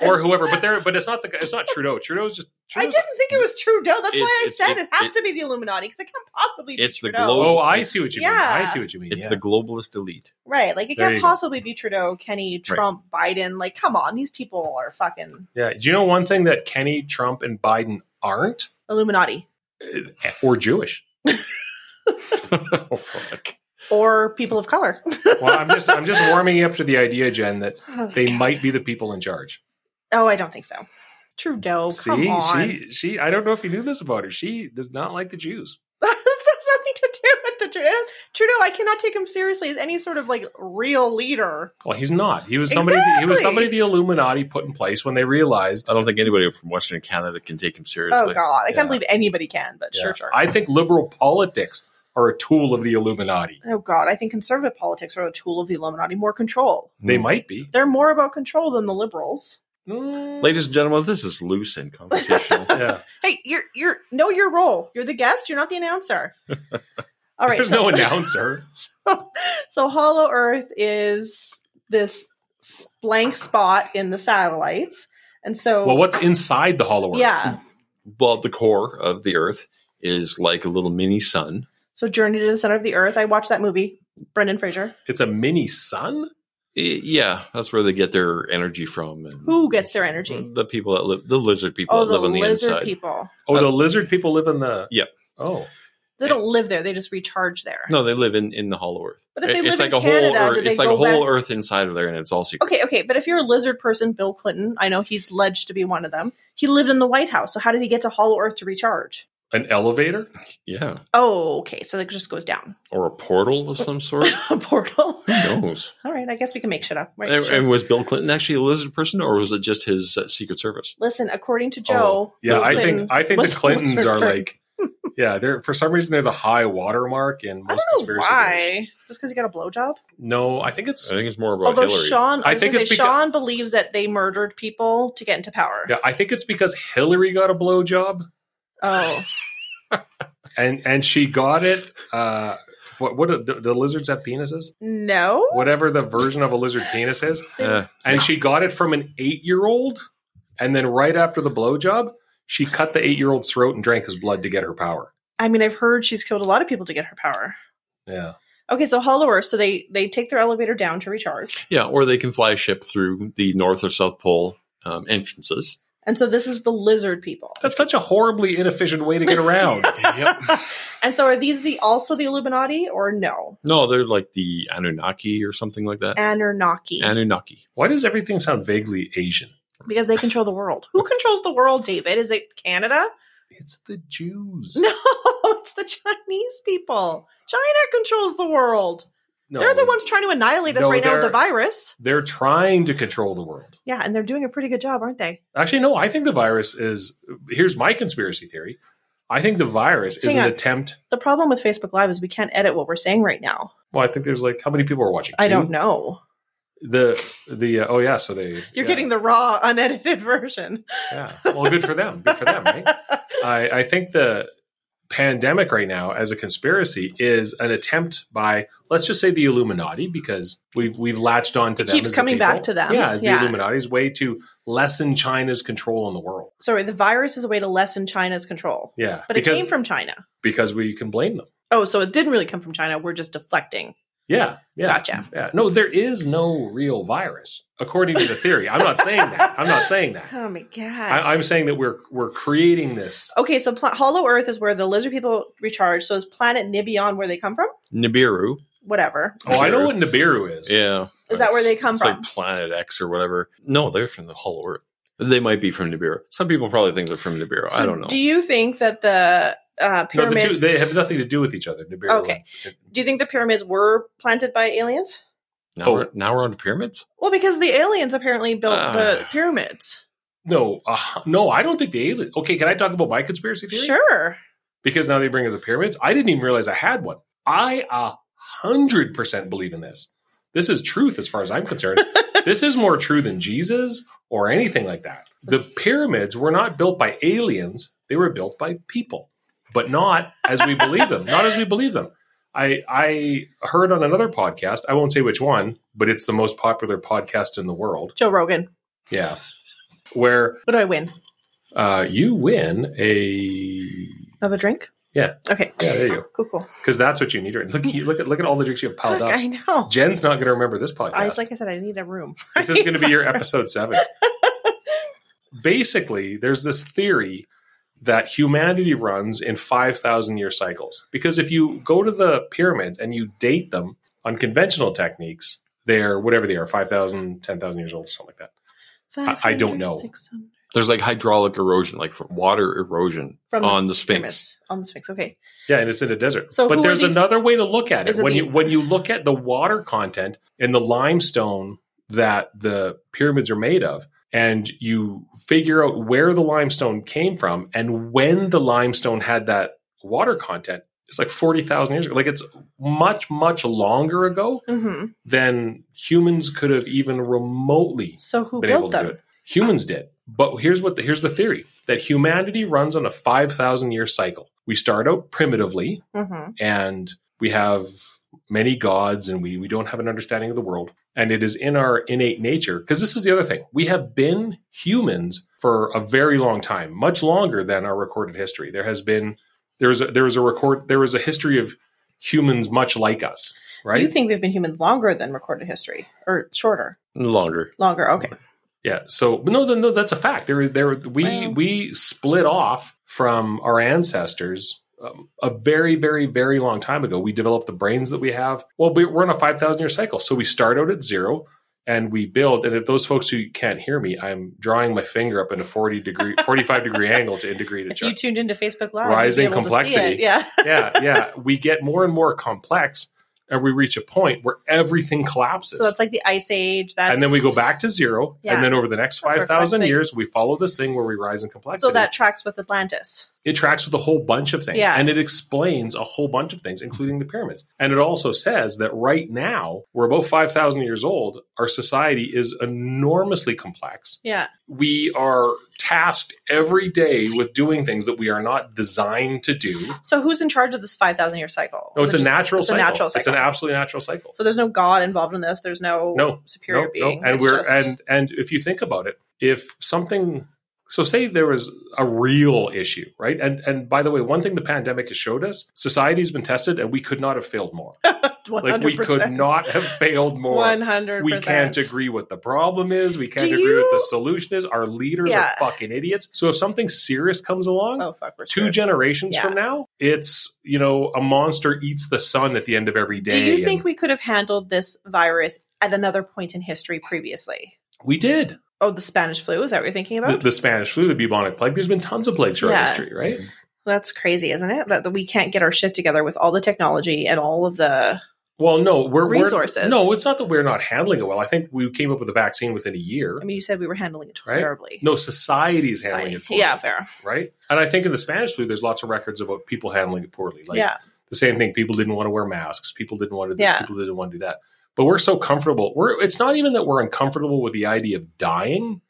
or whoever. But there, but it's not the guy. It's not Trudeau. Trudeau's just
I
Trudeau's.
didn't think it was Trudeau. That's
It's-
why I
it's-
said it,
it-
has
it-
to be the Illuminati because it can't possibly be
It's the
Trudeau.
globe.
Oh, I see what you mean.
Yeah.
I see what you mean.
It's
yeah.
the globalist elite.
Right. Like it
There
can't
you go.
possibly be Trudeau, Kenny, Trump, Biden. Like, come on, these people are fucking
yeah. Do you know one thing that Kenny, Trump, and Biden aren't?
Illuminati
Or Jewish.
oh fuck!
or people of color.
Well, I'm just I'm just warming you up to the idea, Jen, that they might be the people in charge.
oh, I don't think so. Trudeau, come
see,
on.
she she I don't know if you knew this about her. She does not like the Jews.
This has nothing to do with the Trudeau. Trudeau, I cannot take him seriously as any sort of like real leader.
Well, he's not. He was somebody he was
Exactly.
somebody the Illuminati put in place when they realized uh,
I don't think anybody from Western Canada can take him seriously.
oh God, I
yeah.
can't believe anybody can. But sure, sure.
I think liberal politics are a tool of the Illuminati.
oh God, I think conservative politics are a tool of the Illuminati. More control.
They might be.
They're more about control than the liberals. Mm.
Ladies and gentlemen, this is loose and conversational.
Yeah.
Hey, you're you're know your role. You're the guest. You're not the announcer. All right.
There's
so-
no announcer.
so hollow earth is this s- blank spot in the satellites and so
Well, what's inside the hollow earth?
yeah
well, the core of the Earth is like a little mini sun.
so journey to the center of the earth i watched that movie brendan fraser
It's a mini sun?
I- yeah, that's where they get their energy from. And
who gets their energy
The people that live, the lizard people
oh
that
the
live on the
lizard
inside.
people
Oh, the lizard people live in the
Uh, Yep.
Oh.
they don't live there they just recharge there
No, they live in, in the hollow Earth.
But if they
It- it's
live
like
in
a
Canada,
whole
do
Earth.
they
It's like
go
a whole
back-
Earth inside of there, and it's all secret.
okay okay but if you're a lizard person bill clinton i know he's alleged to be one of them he lived in the white house so how did he get to hollow earth to recharge
An elevator?
Yeah,
oh okay so it just goes down
or a portal of some sort.
a portal
who knows?
all right i guess we can make shit up right
and,
sure.
and was Bill Clinton actually a lizard person, or was it just his uh, Secret Service?
listen according to
Oh,
joe
yeah,
Bill
I
Clinton
think I think
was
the Clintons
sponsored
are
by-
like Yeah, they're for some reason they're the high watermark in
I
most
don't know
conspiracy
why.
theories.
Just because he got a blowjob?
No, I think it's
I think it's more about
Although
Hillary.
Sean, I,
I
think
think it's beca-
Sean believes that they murdered people to get into power.
yeah, I think it's because Hillary got a blowjob
Oh,
and and she got it uh what what do, do lizards have penises?
no.
Whatever the version of a lizard penis is.
Yeah.
And she got it from an eight year old. And then right after the blowjob, she cut the eight year old's throat and drank his blood to get her power.
I mean, I've heard she's killed a lot of people to get her power.
Yeah.
Okay, so Hollow Earth. So they they take their elevator down to recharge,
yeah, or they can fly a ship through the North or South Pole um, entrances.
and so this is the lizard people.
That's such a horribly inefficient way to get around.
yep.
and so are these the also the Illuminati or no
No, they're like the Anunnaki or something like that.
Anunnaki?
Anunnaki.
Why does everything sound vaguely Asian?
because they control the world. Who controls the world, David? Is it Canada?
It's the Jews.
No, it's the Chinese people. China controls the world.
No,
they're the ones trying to annihilate us
No,
right now with the
they're-
virus.
They're trying to control the world.
Yeah, and they're doing a pretty good job, aren't they?
Actually, no, I think the virus is. Here's my conspiracy theory I think the virus is
Hang
an
on.
attempt.
The problem with Facebook Live is we can't edit what we're saying right now.
Well, I think there's like how many people are watching?
I
Two?
don't know.
The the uh, oh yeah, so they
You're
yeah.
getting the raw, unedited version.
Yeah. Well, good for them. Good for them, right? I, I think the pandemic right now, as a conspiracy, is an attempt by let's just say the Illuminati, because we've we've latched on to them.
Keeps
as the
coming
people.
back to them.
Yeah, as
Yeah.
the Illuminati's way to lessen China's control in the world.
Sorry, the virus is a way to lessen China's control,
Yeah,
but
because
it came from China.
because we can blame them.
Oh, so it didn't really come from China. We're just deflecting.
Yeah, yeah,
Gotcha.
yeah. No, there is no real virus according to the theory. I'm not saying that. I'm not saying that.
Oh my god.
I, I'm saying that we're we're creating this.
okay, so pla- Hollow Earth is where the lizard people recharge. So is planet Nibion where they come from?
Nibiru.
Whatever.
Oh, I know what Nibiru is.
Yeah.
Is that where they come
it's
from?
Like Planet X or whatever. No, they're from the Hollow Earth. They might be from Nibiru. Some people probably think they're from Nibiru. I
So
don't know.
Do you think that the uh,
No, the
pyramids?
two they have nothing to do with each other. Nibiru
Okay.
and-
do you think the pyramids were planted by aliens?
now,
Oh.
we're, now we're on to pyramids.
Well, because the aliens apparently built the
Ah.
pyramids.
No, uh, no, I don't think the alien. Okay, can I talk about my conspiracy theory?
Sure.
Because now they bring up the pyramids. I didn't even realize I had one. I a hundred percent believe in this. This is truth as far as I'm concerned. this is more true than Jesus or anything like that. The pyramids were not built by aliens; they were built by people, but not as we believe them. Not as we believe them. I I heard on another podcast. I won't say which one, but it's the most popular podcast in the world.
Joe Rogan.
Yeah. where
What do I win?
uh, you win a
Of a drink?
Yeah.
Okay.
Yeah, there you go.
Cool, cool.
Because that's what you need right. Look, you, look at look at all the drinks you have piled
Look,
up.
I know.
Jen's not going to remember this podcast.
I, it's like I said, I need a room.
this is going to be your episode seven. Basically, there's this theory that humanity runs in 5,000 year cycles. Because if you go to the pyramids and you date them on conventional techniques, they're whatever they are 5,000, 10,000 years old, something like that. I- I don't know.
500, 600.
There's like hydraulic erosion, like from water erosion
From
on the, Sphinx.
Pyramids. On the Sphinx. Okay.
Yeah, and it's in a desert.
So
but
who are
there's
these-
another way to look at it.
Is it
When
the-
you when you look at the water content in the limestone that the pyramids are made of, and you figure out where the limestone came from and when the limestone had that water content, it's like forty thousand years ago. Like it's much much longer ago
hmm
than humans could have even remotely
So who
been able
built
to
them?
do it. Humans did. But here's what the, here's the theory that humanity runs on a 5,000 year cycle. We start out primitively
hmm
and we have many gods and we, we don't have an understanding of the world. And it is in our innate nature. Because this is the other thing we have been humans for a very long time, much longer than our recorded history. There has been, there is a, there is a record, there is a history of humans much like us, right?
You think we've been humans longer than recorded history or shorter?
Longer.
Longer. Okay.
Yeah. So, but no, no, no, that's a fact. There, there, we
Well-
we split off from our ancestors um, a very, very, very long time ago. We developed the brains that we have. Well, we, we're on a five thousand year cycle, so we start out at zero and we build. And if those folks who can't hear me, I'm drawing my finger up in a forty degree, forty five degree angle to integrate a
If you
chart.
tuned into Facebook Live,
Rising
you'd be able to see
complexity.
it. Yeah.
yeah, yeah. We get more and more complex, and we reach a point where everything collapses.
So that's like the Ice Age. That's
and then we go back to zero,
Yeah.
and then over the next
That's our
five thousand
five, six.
years, we follow this thing where we rise in complexity.
So that tracks with Atlantis.
it tracks with a whole bunch of things,
Yeah.
and it explains a whole bunch of things, including the pyramids. And it also says that right now we're about five thousand years old. Our society is enormously complex.
Yeah.
We are tasked every day with doing things that we are not designed to do.
So who's in charge of this five thousand year cycle?
No, it's
Is
a
it just-
natural
it's a
cycle.
natural
It's an
cycle.
absolutely natural cycle.
So there's no god involved in this. There's no
No,
superior
Nope,
being.
nope. and
It's
we're
just-
and and if you think about it if something so say there was a real issue right and and by the way one thing the pandemic has showed us society's been tested and we could not have failed more like we could
100%.
not Oh, have failed more
One hundred.
we can't agree what the problem is we can't
Do
agree what the
you-
solution is our leaders
Yeah.
are fucking idiots so if something serious comes along
Oh fuck, we're
Two
screwed.
generations
Yeah.
from now, it's you know a monster eats the sun at the end of every day.
Do you
and-
think we could have handled this virus at another point in history previously?
we did?
Oh, the Spanish flu. Is that what you're thinking
the,
about?
the Spanish flu, the bubonic plague. There's been tons of plagues throughout
Yeah.
history, right?
That's crazy, isn't it? That, that we can't get our shit together with all the technology and all of the.
Well, no, we're we're-
Resources.
no, it's not that we're not handling it well. I think we came up with a vaccine within a year.
I mean, you said we were handling it
Right.
terribly.
no, society's handling it poorly,
yeah, fair.
right? And I think in the Spanish flu, there's lots of records about people handling it poorly. Like
yeah,
the same thing, people didn't want to wear masks, people didn't want to do this,
Yeah.
people didn't want to do that. But we're so comfortable. We're it's not even that we're uncomfortable with the idea of dying.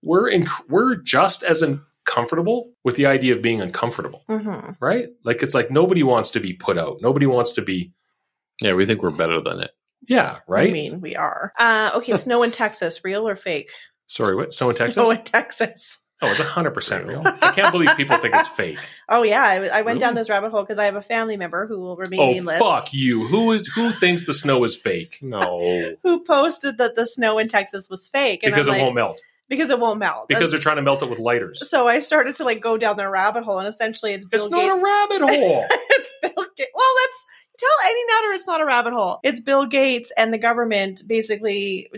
We're in, we're just as uncomfortable with the idea of being uncomfortable.
hmm
right? Like it's like nobody wants to be put out. Nobody wants to be
Yeah, we think we're better than it.
yeah, right?
I mean, we are. Uh, okay, snow in Texas, real or fake?
Sorry, what? Snow in Texas?
Snow in Texas.
oh, it's hundred percent real. I can't believe people think it's fake.
Oh yeah, I, I went down
Really?
this rabbit hole because I have a family member who will remain
Oh
nameless.
fuck you. Who is who thinks the snow is fake? No.
Who posted that the snow in Texas was fake?
Because
I'm
it
like-
won't melt.
Because it won't melt.
Because
And
they're trying to melt it with lighters.
so I started to like go down the rabbit hole, and essentially it's Bill
It's
Gates.
not a rabbit hole.
it's Bill Gates. Well, that's tell any nutter it's not a rabbit hole. It's Bill Gates and the government basically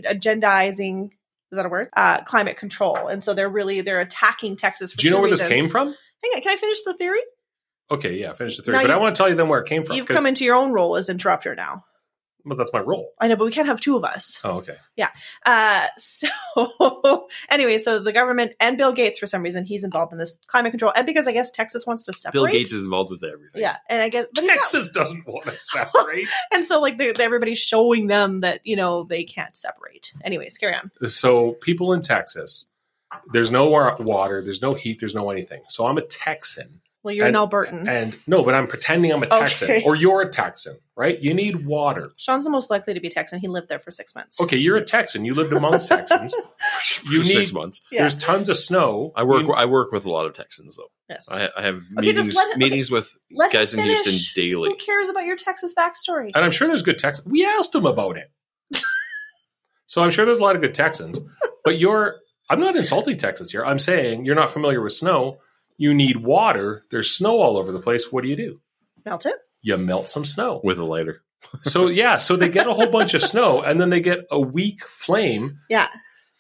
agendizing. Is that a word? Uh, climate control, and so they're really they're attacking Texas. For
Do you know
two
where this
reasons.
came from?
Hang on, can I finish the theory?
Okay, yeah, finish the theory.
Now
but I
you've-
want to tell you then where it came from.
You've
'cause-
come into your own role as interrupter now.
well, that's my role.
I know, but we can't have two of us.
Oh, okay.
Uh, so anyway, so the government and Bill Gates, for some reason, he's involved in this climate control, and because I guess Texas wants to separate.
Bill Gates is involved with everything.
yeah, and I guess but he's not-
Texas doesn't want to separate.
and so like they everybody's showing them that you know they can't separate. Anyways, carry on.
so people in Texas, there's no wa- water, there's no heat, there's no anything. So I'm a Texan
Well, you're an
And-
Albertan.
And no, but I'm pretending I'm a Texan
Mm-hmm. Okay.
or you're a Texan, right? You need water.
Sean's the most likely to be Texan. He lived there for six months.
Okay, you're a Texan. You lived amongst Texans. You
for
need
six months.
Yeah.
there's tons of snow.
I work.
You-
I work with a lot of Texans though.
yes.
I, I have
Okay, just
meetings
let it-
meetings with
Let him
guys in
finish.
Houston daily.
Who cares about your Texas backstory?
and I'm sure there's good Texans. We asked him about it. so I'm sure there's a lot of good Texans. But you're I'm not insulting Texans here. I'm saying you're not familiar with snow. You need water. There's snow all over the place. What do you do?
Melt it.
You melt some snow.
With a lighter,
So yeah, so they get a whole bunch of snow and then they get a weak flame
Yeah.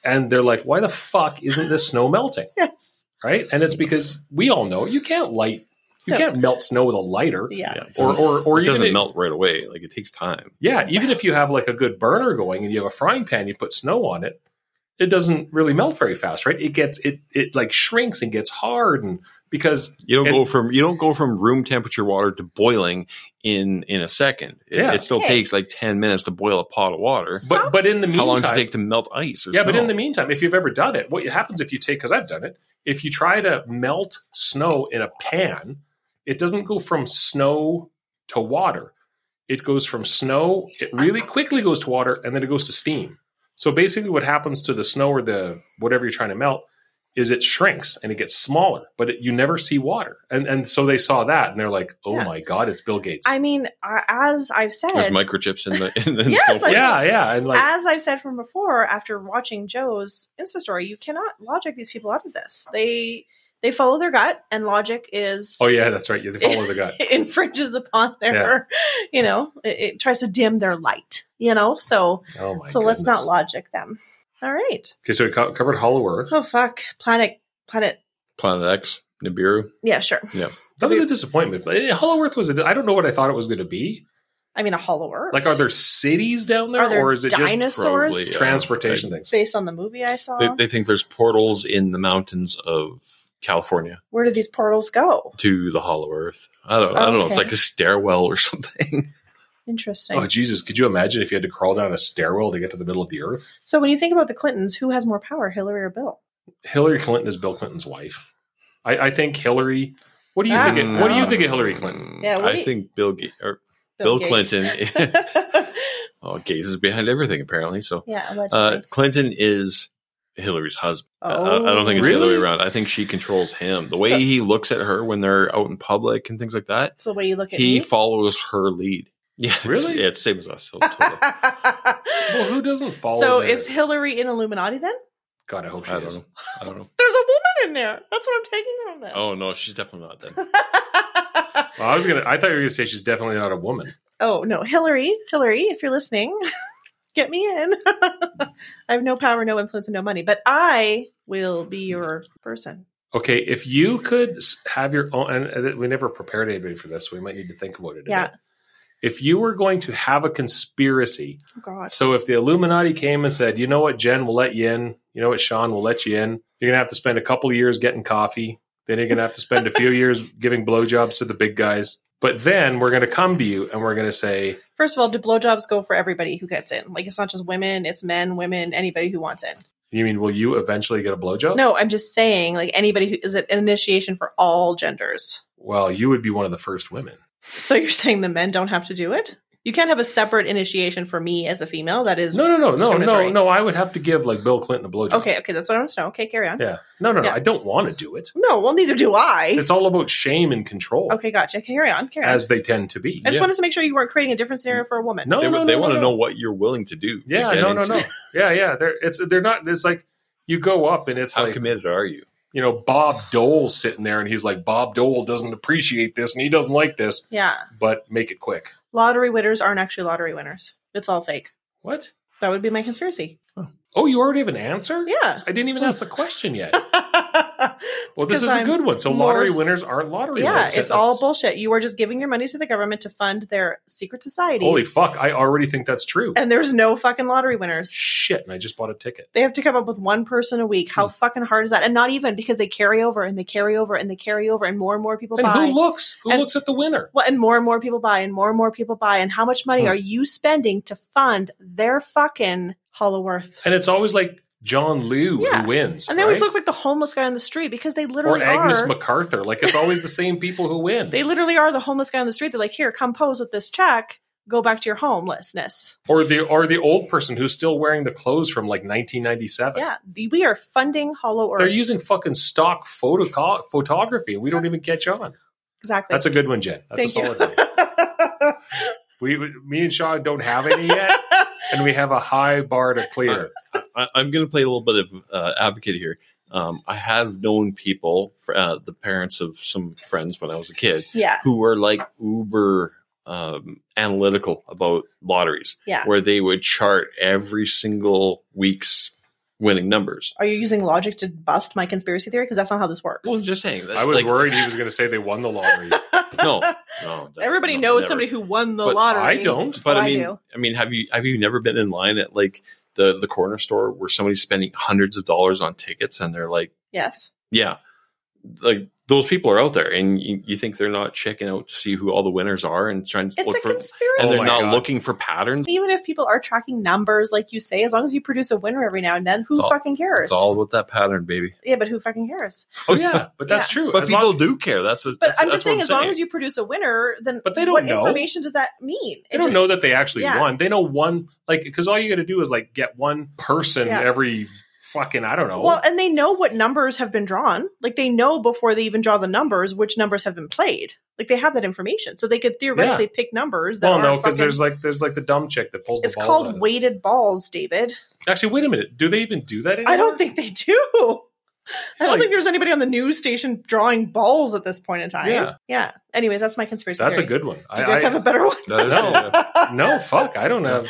and they're like, why the fuck isn't this snow melting?
Yes.
Right? And it's because we all know you can't light you
No.
can't melt snow with a lighter.
Yeah.
Or or or
it
even
doesn't
if-
melt right away. Like it takes time.
Yeah, even if you have like a good burner going and you have a frying pan, you put snow on it, it doesn't really melt very fast, right? It gets it it like shrinks and gets hard and because
You don't
And-
go from you don't go from room temperature water to boiling in in a second. It,
Yeah.
it still
Hey.
takes like ten minutes to boil a pot of water.
but but in the
How long does it
meantime
take to melt ice? Or
Yeah, but
snow?
in the meantime, if you've ever done it, what happens if you take, because I've done it, if you try to melt snow in a pan, it doesn't go from snow to water. It goes from snow, it really quickly goes to water, and then it goes to steam. So basically, what happens to the snow or the whatever you're trying to melt is it shrinks and it gets smaller, but it, you never see water. And and so they saw that and they're like, oh
Yeah.
my God, it's Bill Gates.
I mean, uh, as I've said,
there's microchips in the in the
Yes,
snowflakes.
like-
yeah, yeah. And like,
as I've said from before, after watching Joe's Insta story, you cannot logic these people out of this. They they follow their gut, and logic is
oh yeah, that's right. You follow the gut.
infringes upon their you know it, it tries to dim their light. You know, so
Oh my
so let's not
goodness.
logic them. All right.
Okay, so we co- covered Hollow Earth.
Oh fuck, planet planet.
Planet X, Nibiru.
Yeah, sure.
That was a disappointment. But eh, Hollow Earth was a, I don't know what I thought it was going to be.
I mean, a hollow earth.
Like, are there cities down there,
Are there
or is it just
dinosaurs?
probably, yeah.
transportation things?
based on the movie I saw.
They, they think there's portals in the mountains of California
Where did these portals go?
to the Hollow Earth. I don't. I don't know. It's
Okay.
like a stairwell or something.
Interesting.
Oh Jesus! Could you imagine if you had to crawl down a stairwell to get to the middle of the Earth?
so when you think about the Clintons, who has more power, Hillary or Bill?
Hillary Clinton is Bill Clinton's wife. I, I think Hillary. What do you
Ah.
think? Of, what do you think of Hillary Clinton?
Yeah, what do
Um, I
you-
think Bill Ga- or Bill,
Gates.
Clinton. oh, Gates is behind everything apparently. So
yeah,
uh,
allegedly.
Clinton is Hillary's husband. I- I, Uh, I
Oh.
don't think it's the other
Really?
way around. I think she controls him. The way
So-
he looks at her when they're out in public and things like that,
It's the way you look at
he
me.
follows her lead. Yeah,
Really?
Yeah, it's same as us. Totally.
Well, who doesn't follow?
so
their-
is Hillary in Illuminati then?
God, I hope she
I don't
is.
know. I don't know.
There's a woman in there. That's what I'm taking from this.
Oh no, she's definitely not then. Oh,
Well, I was gonna. I thought you were gonna say she's definitely not a woman.
oh no, Hillary, Hillary, if you're listening, get me in. I have no power, no influence, and no money, but I will be your person.
Okay, if you could s- have your own, and uh, we never prepared anybody for this, so we might need to think about it. a
Yeah.
bit. If you were going to have a conspiracy,
Oh God.
so if the Illuminati came and said, you know what, Jen, we'll let you in. You know what, Sean, we'll let you in. You're going to have to spend a couple of years getting coffee. Then you're going to have to spend a few years giving blowjobs to the big guys. But then we're going to come to you and we're going to say,
First of all, do blowjobs go for everybody who gets in? Like it's not just women, it's men, women, anybody who wants in.
you mean, will you eventually get a blowjob?
No, I'm just saying, like anybody who is it an initiation for all genders.
Well, you would be one of the first women.
So you're saying the men don't have to do it? You can't have a separate initiation for me as a female. That is
No, no, no, no, no,
Discriminatory.
no. I would have to give like Bill Clinton a blowjob.
okay. Okay, that's what I want to know. Okay, carry on.
Yeah. No, no, no.
Yeah.
I don't want to do it.
No, well, neither do I.
It's all about shame and control,
Okay, gotcha. Carry on. Carry on.
as they tend to be.
I just
yeah.
wanted to make sure you weren't creating a different scenario for a woman.
No,
they
no,
they
no,
want to
no.
know what you're willing to do. to
Yeah,
get
no, no,
into
no.
it.
Yeah, yeah. They're it's they're not. It's like you go up and it's
How
like
committed are you?
you know Bob Dole sitting there and he's like Bob Dole doesn't appreciate this and he doesn't like this,
Yeah,
but make it quick.
lottery winners aren't actually lottery winners. It's all fake.
What?
That would be my conspiracy.
Oh, you already have an answer?
Yeah.
I didn't even ask the question yet. Well, this
It's 'cause
is a
I'm
good one. So
more-
lottery winners aren't lottery
Yeah,
winners.
it's all bullshit. You are just giving your money to the government to fund their secret societies.
Holy fuck! I already think that's true.
and there's no fucking lottery winners.
Shit! And I just bought a ticket.
They have to come up with one person a week.
Hmm.
How fucking hard is that? And not even because they carry over and they carry over and they carry over and more and more people
And
buy.
who looks? Who
And-
looks at the winner?
well, and more and more people buy and more and more people buy. And how much money
Hmm.
are you spending to fund their fucking Hollow Earth?
And it's always like John Liu
Yeah.
who wins.
And they always
right?
look like the homeless guy on the street because they
or
literally
Agnes
are.
MacArthur. Like it's always the same people who win.
they literally are the homeless guy on the street. They're like, here, come pose with this check. Go back to your homelessness.
or the or the old person who's still wearing the clothes from like 1997.
Yeah, the- we are funding Hollow Earth.
They're using fucking stock photo photography, and we don't even catch on.
exactly.
That's a good one, Jen. That's a solid one.
you.
We, me and Sean don't have any yet, and we have a high bar to clear.
I, I'm going to play a little bit of uh, advocate here. Um, I have known people, uh, the parents of some friends when I was a kid,
yeah,
who were like uber um, analytical about lotteries,
yeah.
where they would chart every single week's winning numbers.
Are you using logic to bust my conspiracy theory? Because that's not how this works.
Well, I'm just saying. That,
I was
like,
worried he was going to say they won the lottery.
No, no. def-
Everybody
no,
knows
never.
somebody who won the
But
lottery.
I don't.
But
Oh,
I
I
mean, I,
do.
mean, have you have you never been in line at like the the corner store where somebody's spending hundreds of dollars on tickets and they're like.
Yes.
yeah, like those people are out there, and you, you think they're not checking out to see who all the winners are and trying to
It's
look
a
for,
conspiracy.
and
Oh
they're
my
not
God.
looking for patterns.
Even if people are tracking numbers, like you say, as long as you produce a winner every now and then, who
It's all-
fucking cares?
It's all about that pattern, baby.
yeah, but who fucking cares?
Oh yeah, but that's true.
But
As
people
long-
do care. That's
But I'm just saying, as long as you produce a winner, then
But they don't
what
know.
information does that mean?
they don't know that they actually
yeah.
won. They know one, like because all you got to do is like get one person
Yeah.
every fucking I don't know.
Well, and they know what numbers have been drawn. Like they know before they even draw the numbers which numbers have been played. Like they have that information, so they could theoretically pick numbers. That
well, no,
aren't
because
fucking-
there's like there's like the dumb chick that pulls
it's
the balls. out
called
of-
weighted balls, David.
Actually, wait a minute. Do they even do that anymore?
I don't think they do. I don't
Like-
think there's anybody on the news station drawing balls at this point in time.
Yeah.
Yeah. Anyways, that's my conspiracy.
that's a
theory.
good one. I,
You guys
I-
have a better one.
No. no, fuck. I don't have.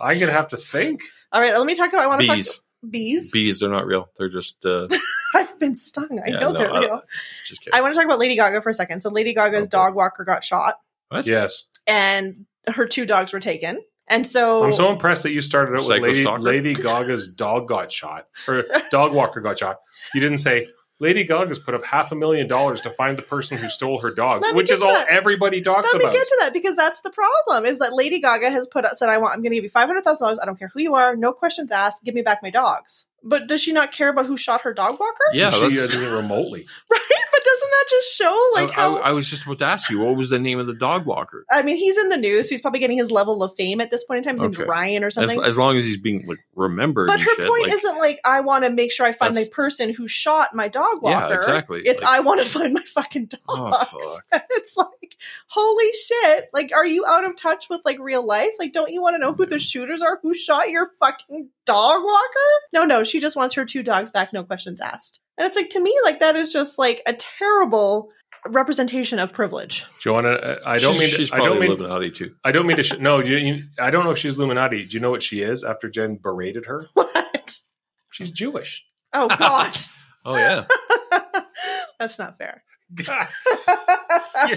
I'm gonna have to think.
All right. Let me talk about. I want to talk
bees,
bees.
bees, they're not real. They're just uh,
I've been stung. I
Yeah,
know
no,
they're
uh,
I-
real.
just kidding.
I want to talk about Lady Gaga for a second. So Lady Gaga's
Okay.
dog walker got shot,
What?
Yes,
and her two dogs were taken. And so,
I'm so impressed that you started out with
Psycho
Lady,
stalker?
Lady Gaga's dog got shot or dog walker got shot. You didn't say. Lady Gaga's put up half a million dollars to find the person who stole her dogs,
Let me
which
get
is all
that.
everybody talks
let me
about.
get to that because that's the problem is that Lady Gaga has put out said I want I'm going to give you five hundred thousand dollars. I don't care who you are, no questions asked. Give me back my dogs. But does she not care about who shot her dog walker?
yeah,
she
that's-
uh, does it remotely.
Right? But doesn't that just show like
I,
how?
I, I was just about to ask you what was the name of the dog walker.
I mean, he's in the news. So he's probably getting his level of fame at this point in time. His name's
Okay.
Ryan or
As,
something.
as long as he's being like remembered,
but
and
her
shit,
point
like,
isn't like I want to make sure I find the
That's-
person who shot my dog
Yeah,
walker.
exactly.
It's
Like-
I want to find my fucking dogs. it's like holy shit! Like, are you out of touch with like real life? Like, don't you want to know who the shooters are? Who shot your fucking dog walker? No, no. She just wants her two dogs back, no questions asked. And it's like to me, like that is just like a terrible representation of privilege.
Joanna, uh, I don't
she's,
mean.
she's
To, I
probably
don't mean.
Illuminati too.
I don't mean to. Sh- no, you, you, I don't know if she's Illuminati. Do you know what she is? After Jen berated her,
What?
she's Jewish.
Oh God,
Oh yeah,
that's not fair.
God, you,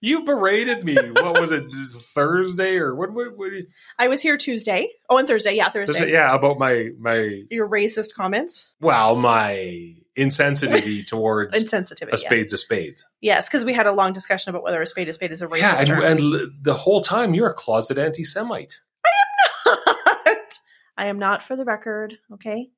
you berated me. What was it Thursday or what? what, what
I was here Tuesday. Oh, and Thursday. Yeah, Thursday.
was it, yeah, about my my
Your racist comments,
well my insensitivity towards
insensitivity.
a spade's a spade.
Yes, because we had a long discussion about whether a spade is spade is a racist
Yeah, and,
term.
and l- the whole time you're a closet anti-Semite.
I am not for the record, okay?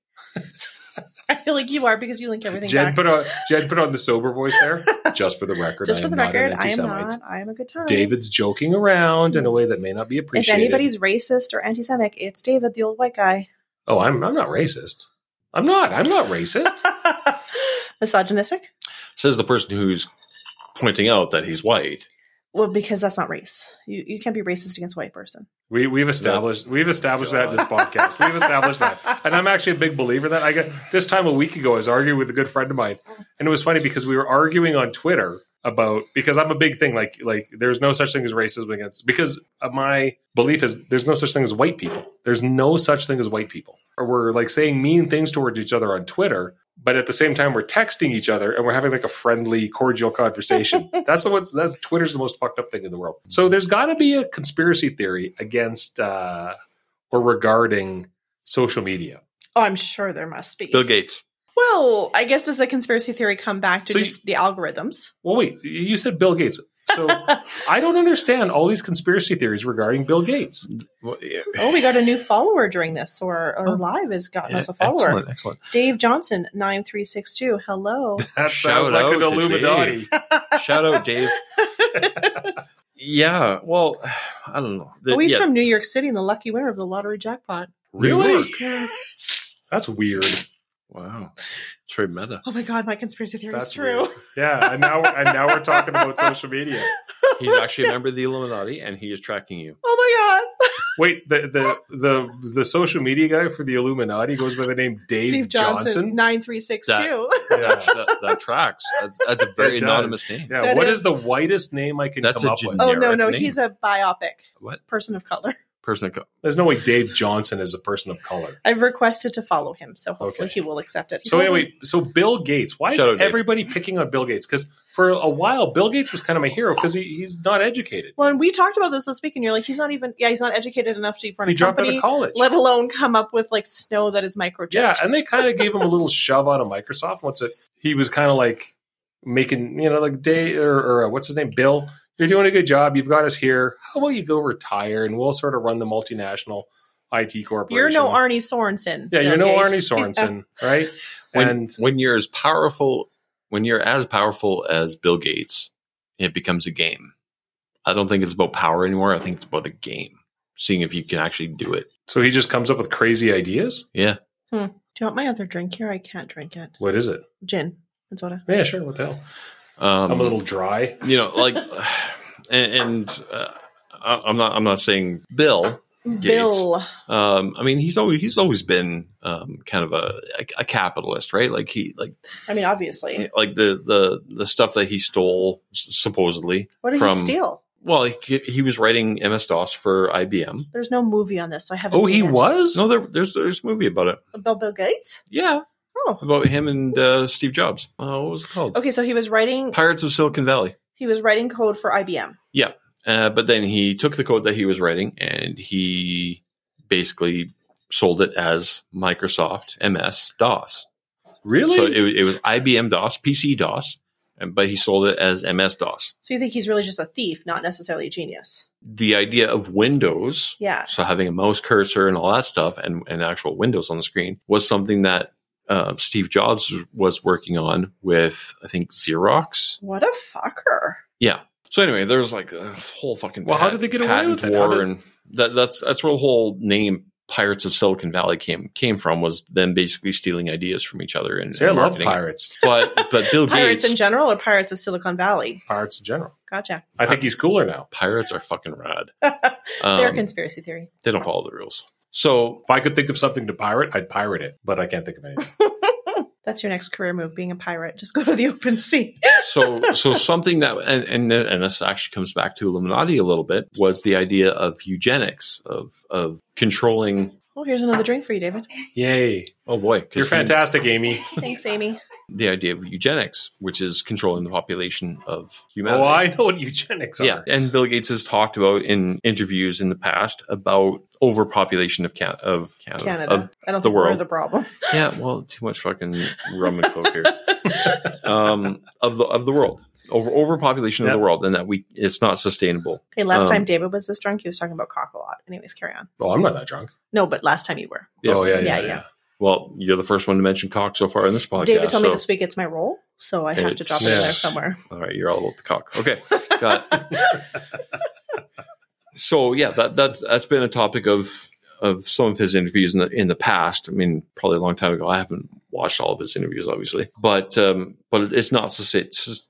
I feel like you are because you link everything
Jen
back.
put on Jen put on the sober voice there. Just for the record,
Just
I
for
am
the
not an
record, I am
anti-Semite.
not. I am a good time.
David's joking around in a way that may not be
If
appreciated.
anybody's racist or anti Semitic, it's David, the old white guy.
oh, I'm I'm not racist. I'm not. I'm not racist.
Misogynistic?
says the person who's pointing out that he's white.
Well, because that's not race. You you can't be racist against a white person.
we we've established we've established that in this podcast. We've established that, and I'm actually a big believer in that. I got this time a week ago. I was arguing with a good friend of mine, and it was funny because we were arguing on Twitter about because I'm a big thing like like there's no such thing as racism against because of my belief is there's no such thing as white people. There's no such thing as white people. Or we're like saying mean things towards each other on Twitter, but at the same time we're texting each other and we're having like a friendly, cordial conversation. that's the one that's Twitter's the most fucked up thing in the world. So there's gotta be a conspiracy theory against uh or regarding social media.
Oh, I'm sure there must be.
Bill Gates.
Well, I guess does a conspiracy theory come back to
So you-
just the algorithms?
Well, wait, you said Bill Gates. So I don't understand all these conspiracy theories regarding Bill Gates.
Well, yeah.
Oh, we got a new follower during this, or our
Oh.
live has gotten us a follower.
Excellent, excellent.
Dave Johnson, nine three six two. Hello.
That
Shout
sounds like
out
an
to
Illuminati.
Shout out, Dave. yeah, well, I don't know. The-
oh, he's
yeah,
from New York City and the lucky winner of the lottery jackpot.
Really? That's weird.
Wow, it's very meta.
Oh my god, my conspiracy theory
That's
is true.
weird. Yeah, and now we're, and now we're talking about social media.
He's actually a member of the Illuminati, and he is tracking you.
Oh my god.
Wait, the the the the social media guy for the Illuminati goes by the name Dave,
Dave
Johnson.
Johnson, nine three six two.
Yeah.
that, that tracks. That- that's a very
It does.
anonymous name.
Yeah,
That
what
is-
is the whitest name I can
That's
come
a
up with?
gen-
Oh no,
Narrative
no,
name.
he's a biopic
What
person of color.
person? co-
There's no way Dave Johnson is a person of color.
I've requested to follow him, so hopefully
Okay.
he will accept it. He
So
told me-
anyway, so Bill Gates. Why is
Shout out, Dave.
everybody picking on Bill Gates? Because for a while, Bill Gates was kind of my hero because he, he's not educated.
well, and we talked about this this week, and you're like, he's not even, yeah, he's not educated enough to run
He
a
dropped out
company,
of college.
let alone come up with like snow that is microchipped.
Yeah, and they kind of gave him a little shove out of Microsoft once it he was kind of like making you know like day or, or uh, what's his name Bill. You're doing a good job. You've got us here. How about you go retire and we'll sort of run the multinational IT corporation.
you're no Arnie Sorensen.
Yeah, you're
Bill
no
Gates.
Arnie
Yeah.
Sorensen, right?
When
and
when you're as powerful, when you're as powerful as Bill Gates, it becomes a game. I don't think it's about power anymore. I think it's about a game. Seeing if you can actually do it.
so he just comes up with crazy ideas.
Yeah,
Do you want my other drink here? I can't drink it.
What is it?
Gin and soda.
Yeah, sure. What the hell?
um,
I'm a little dry.
you know, like, and, and uh, I- I'm not. I'm not saying Bill. Gates.
Bill.
Um, I mean, he's always he's always been um, kind of a, a a capitalist, right? Like he like
I mean, obviously.
like the the the stuff that he stole s- supposedly
What did
from
he steal?
well he, he was writing MS DOS for IBM.
There's no movie on this, so I haven't.
Oh,
seen
he
it.
was.
No, there, there's there's a movie about it.
Bill, Bill Gates.
Yeah,
Oh,
about him and uh, Steve Jobs. Uh, what was it called?
okay. So he was writing.
Pirates of Silicon Valley.
He was writing code for IBM.
Uh, but then he took the code that he was writing and he basically sold it as Microsoft MS DOS.
really?
So it, it was IBM DOS, PC DOS, and but he sold it as MS DOS.
So you think he's really just a thief, not necessarily a genius?
The idea of Windows,
Yeah.
so having a mouse cursor and all that stuff, and, and actual Windows on the screen, was something that uh, Steve Jobs was working on with, I think, Xerox.
What a fucker.
So anyway, there was like a whole fucking
Well, how did
pat-
they get away
patent
with it? How
war
does-
and that, that's that's where the whole name Pirates of Silicon Valley came came from was them basically stealing ideas from each other and,
See, I
and
love
marketing it.
pirates.
But but Bill
Pirates
Gates
in general or pirates of Silicon Valley?
Pirates in general.
Gotcha.
I think he's cooler now.
pirates are fucking rad.
They're
Um,
a conspiracy theory.
they don't follow the rules. So
If I could think of something to pirate, I'd pirate it, but I can't think of anything.
That's your next career move, being a pirate. Just go to the open sea.
so so something that and, and and this actually comes back to Illuminati a little bit was the idea of eugenics of of controlling.
Oh, here's another drink for you, David.
Yay.
Oh boy, 'cause
You're
he-
fantastic, Amy.
Thanks, Amy.
The idea of eugenics, which is controlling the population of humanity.
Oh, I know what eugenics are.
Yeah, and Bill Gates has talked about in interviews in the past about overpopulation of Can- of Canada.
Canada.
Of-
I don't
the
think we're
world.
the problem.
yeah, well, too much fucking rum and coke here. um, of the of the world, over overpopulation
Yeah.
of the world, and that we it's not sustainable.
Hey, last
Um,
time David was this drunk, he was talking about cock a lot. Anyways, carry on.
Oh, I'm not that drunk.
No, but last time you were.
Yeah.
Oh, yeah,
Yeah,
yeah, yeah.
yeah.
Well, you're the first one to mention cock so far in this podcast.
David told
Oh, so,
me this week it's my role, so I have to
It's-
drop it in
Yeah.
there somewhere.
All right, you're all about the cock. Okay, got it. so yeah, that that's that's been a topic of of some of his interviews in the in the past. I mean, probably a long time ago. I haven't watched all of his interviews, obviously, but um, but it's not sus- it's just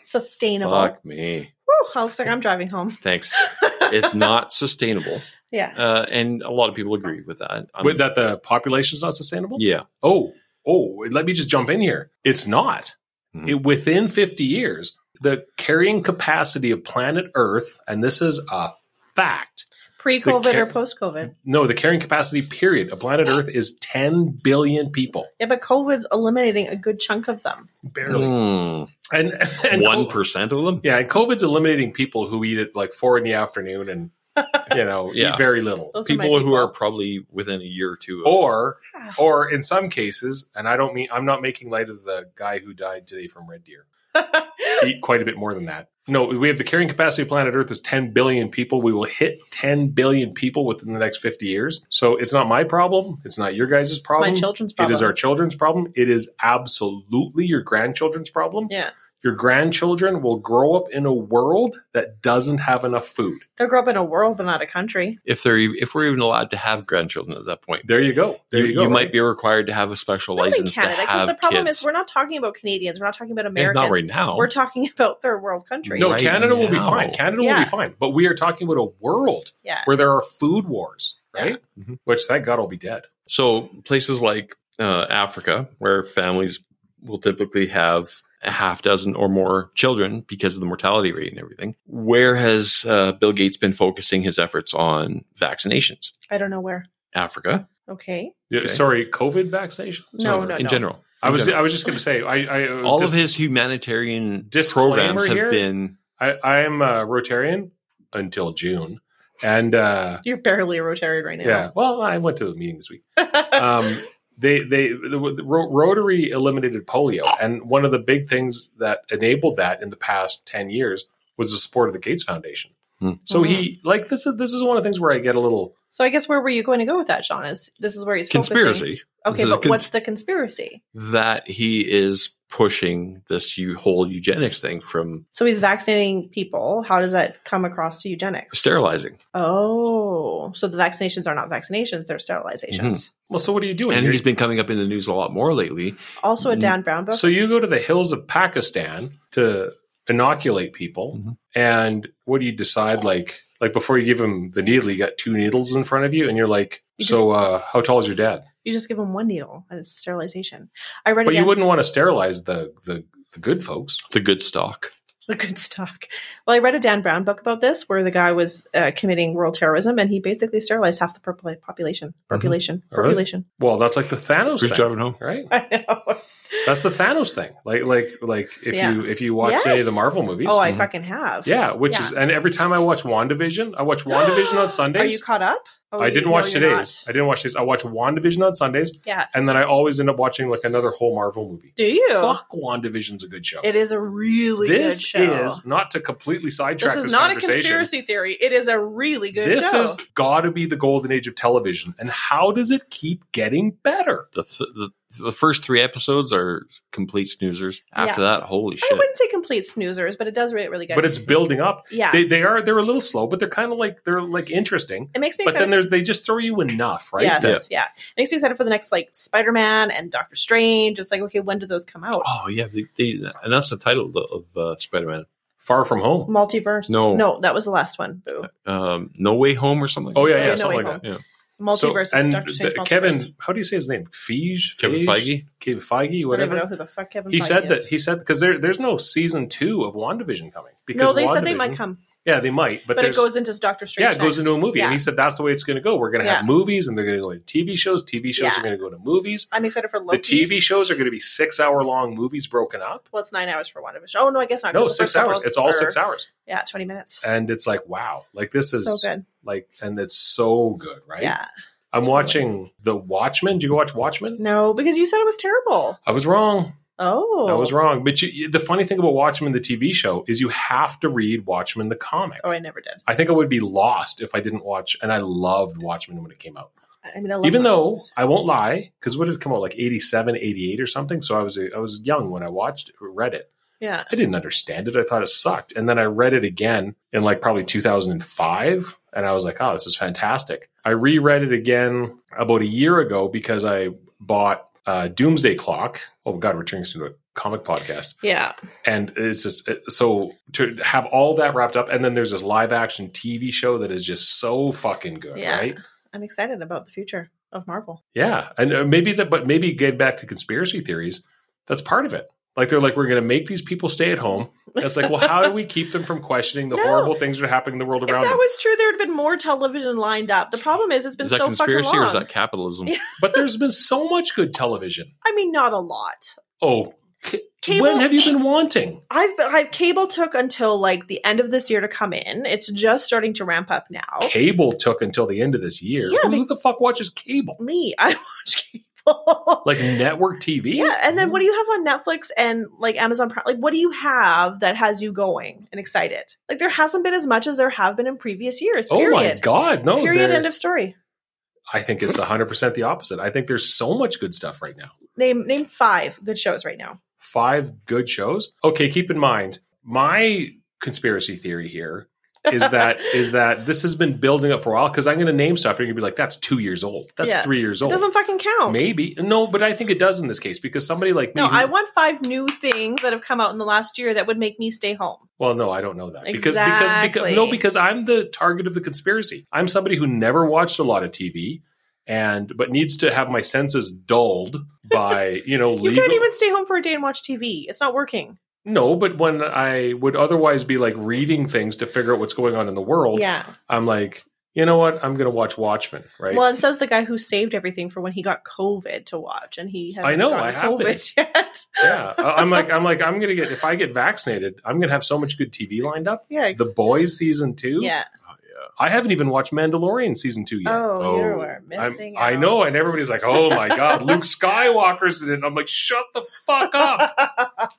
Sustainable.
fuck me.
Woo, I looks like I'm driving home.
Thanks. It's not sustainable,
Yeah.
uh, and a lot of people agree with that. I'm-
Wait, that the population's not sustainable?
yeah,
Oh, oh, let me just jump in here. It's not.
Mhm.
It, within 50 years, the carrying capacity of planet Earth, and this is a fact.
Pre COVID
The
or
ca-
post COVID.
No, the carrying capacity period of planet Earth is 10 billion people.
Yeah, but COVID's eliminating a good chunk of them.
Barely.
Mm.
And and
one
co-
percent of them.
Yeah, and COVID's eliminating people who eat at like four in the afternoon and you know
Yeah.
eat very little,
Those are my
People who are probably within a year or two. Of,
or
Ah.
or in some cases, and I don't mean I'm not making light of the guy who died today from Red Deer, eat quite a bit more than that. No, we have the carrying capacity of planet Earth is 10 billion people. We will hit 10 billion people within the next 50 years. So it's not my problem. It's not your guys' problem.
children's
It is
problem.
our children's problem. It is absolutely your grandchildren's problem.
yeah.
Your grandchildren will grow up in a world that doesn't have enough food.
They'll grow up in a world, but not a country.
If they're e- if we're even allowed to have grandchildren at that point,
There you go. There you, go.
you
right?
might be required to have a special
Not in
license to
Canada, because
have
the problem
kids.
is we're not talking about Canadians. We're not talking about
And
Americans.
not right now.
We're talking about third world countries.
No,
right
Canada will be
now.
fine. Canada will
Yeah.
be fine. But we are talking about a world
Yeah.
where there are food wars, right?
Yeah. Mhm.
Which thank God will be dead.
So places like uh, Africa, where families will typically have a half dozen or more children because of the mortality rate and everything. Where has uh, Bill Gates been focusing his efforts on vaccinations?
I don't know where.
Africa,
Okay.
Yeah,
Okay.
Sorry, COVID vaccination.
No,
So,
no,
in
no.
general.
I
In
was
general.
I was just going to say I I
all
just-
of his humanitarian
Disclaimer
programs have
here?
been.
I I am a Rotarian until June, and uh,
You're barely a Rotarian right now.
yeah, well, I went to a meeting this week. um, they they the, the Ro- Rotary eliminated polio, and one of the big things that enabled that in the past ten years was the support of the Gates Foundation.
Hmm.
So he like this is this is one of the things where I get a little
so I guess where were you going to go with that, Sean? Is this is where he's focusing.
Conspiracy This
Okay,
is a
but
cons-
what's the conspiracy?
that he is pushing this you whole eugenics thing from
So he's vaccinating people. How does that come across to eugenics?
sterilizing,
Oh, so the vaccinations are not vaccinations; they're sterilizations.
well. So what are you doing?
and
You're-
he's been coming up in the news a lot more lately.
Also, a
Mm.
Dan Brown book.
So you go to the hills of Pakistan to inoculate people,
Mhm.
and what do you decide? Like, like before you give them the needle, you got two needles in front of you, and you're like,
You
"So, uh, how tall is your dad?"
you just give them one needle, and it's a sterilization. I read
But
again,
you wouldn't want to sterilize the the, the good folks.
The good stock.
the good stock. Well, I read a Dan Brown book about this, where the guy was uh, committing world terrorism, and he basically sterilized half the popula- population. Population.
All right.
Population.
Well, that's like the Thanos
Who's
thing,
driving home?
right?
I know.
That's the Thanos thing. Like, like, like if
Yeah.
you if you watch any of the
Yes.
Marvel movies,
Oh, I
Mhm.
fucking have.
Mm-hmm. yeah, which
Yeah.
is and every time I watch WandaVision, I watch WandaVision on Sundays.
Are you caught up? Oh,
I
you-
didn't
no,
watch
you're
today's. I
not.
didn't watch today's. I watch WandaVision on Sundays.
Yeah.
And then I always end up watching like another whole Marvel movie.
Do you?
Fuck WandaVision's a good show.
It is a really
this
good show.
is not to completely sidetrack
this
this,
is not a
conversation.
conspiracy theory. It is a really good
this
show.
has got to be the golden age of television. And how does it keep getting better?
the, th- the the first three episodes are complete snoozers. After that, holy
I
shit!
wouldn't say complete snoozers, but it does rate really good.
But it's building up.
yeah,
They, they are they're a little slow, but they're kind of like they're like interesting.
it makes me.
But then
excited.
there's they just throw you enough, right?
Yes,
That-
yeah. It makes me excited for the next like Spider Man and Doctor Strange. It's like, okay, when do those come out?
oh yeah, they, they, and that's the title of uh, Spider Man.
Far from home.
Multiverse.
No.
no, that was the last one. Boo.
Um, no way home or something.
Oh yeah,
Yeah,
yeah,
No
something
Way
like that. So-
Multiverse is
and
Doctor Strange.
the-
multiverse.
Kevin, how do you say his name? Feige,
Kevin
Feige?
Feige.
Kevin Feige,
I don't even
whatever.
know who the fuck Kevin.
He
Feige
said that
is.
he said because there there's no season two of WandaVision coming. Because
no, they said they
WandaVision-
might come,
Yeah, they might, but,
but it
there's-
goes into Doctor Strange.
yeah, it goes
next.
into a movie,
Yeah.
and he said that's the way it's going to go. We're going to have
Yeah.
movies, and they're going to go into TV shows. TV shows
Yeah.
are going to go to movies.
I'm excited for Loki.
The TV shows are going to be six hour long movies broken up.
Well, it's nine hours for WandaVision. Oh no, I guess not.
No,
'cause the
six
first one
hours.
was
It's all
for-
six hours,
Yeah, twenty minutes.
and it's like wow, like this is
So good.
like, and it's so good, right?
Yeah.
I'm watching The Watchmen. Do you watch Watchmen?
No, because you said it was terrible.
I was wrong.
Oh,
I was wrong. But you, you- the funny thing about Watchmen, the TV show, is you have to read Watchmen, the comic.
Oh, I never did.
I think I would be lost if I didn't watch, and I loved Watchmen when it came out.
I mean, I love
Even
my
though
movies.
I won't lie, because what did it come out like 87, 88 or something? So I was I was young when I watched it, read it.
yeah,
I didn't understand it. I thought it sucked, and then I read it again in like probably 2005, and I was like, "Oh, this is fantastic." I reread it again about a year ago because I bought uh, Doomsday Clock. Oh God, we're turning this into a comic podcast
yeah,
and it's just it- so to have all that wrapped up and then there's this live action tv show that is just so fucking good
Yeah.
right
I'm excited about the future of Marvel.
yeah and uh, maybe that but maybe get back to conspiracy theories that's part of it like they're like we're going to make these people stay at home And it's like well how do we keep them from questioning the
No.
horrible things that are happening in the world
If
around
that
them
was true, there would have been more television lined up. The problem is, it's been
Is that
so fucking
conspiracy
long.
or is that capitalism?
Yeah.
but there's been so much good television
I mean, not a lot.
oh c-
Cable-
when have you been wanting
I've been, I, cable took until like the end of this year to come in. It's just starting to ramp up now.
cable took until the end of this year
Oh. Yeah,
who the fuck watches cable
Me, I watch cable. people.
Like network TV.
yeah, and then what do you have on Netflix and like Amazon Prime? Like, what do you have that has you going and excited? Like, there hasn't been as much as there have been in previous years.
Oh
Period.
my God! No,
Period.
there-
End of story.
I think it's 100 percent the opposite. I think there's so much good stuff right now.
Name name five good shows right now.
Five good shows. Okay, keep in mind my conspiracy theory here is that is that this has been building up for a while because I'm going to name stuff and you're going to be like, that's two years old. That's
Yeah.
three years
It
old.
doesn't fucking count.
Maybe no, but I think it does in this case because somebody like me.
No,
who-
I want five new things that have come out in the last year that would make me stay home.
Well, no, I don't know that because because
Exactly.
because no, because I'm the target of the conspiracy. I'm somebody who never watched a lot of TV and but needs to have my senses dulled by you know
You
legal.
can't even stay home for a day and watch TV. It's not working.
no, but when I would otherwise be like reading things to figure out what's going on in the world,
Yeah.
I'm like, you know what? I'm going to watch Watchmen, right?
Well, and says the guy who saved everything for when he got COVID to watch, and he hasn't
I know,
gotten
I have
COVID yet.
yeah, I- I'm like, I'm like, I'm going to get if I get vaccinated, I'm going to have so much good TV lined up.
yeah.
The Boys season two.
yeah.
I haven't even watched Mandalorian season two yet.
Oh,
Oh,
you were
I'm-
missing.
I
out.
know, and everybody's like, "Oh my god, Luke Skywalker's in it." I'm like, "Shut the fuck up!"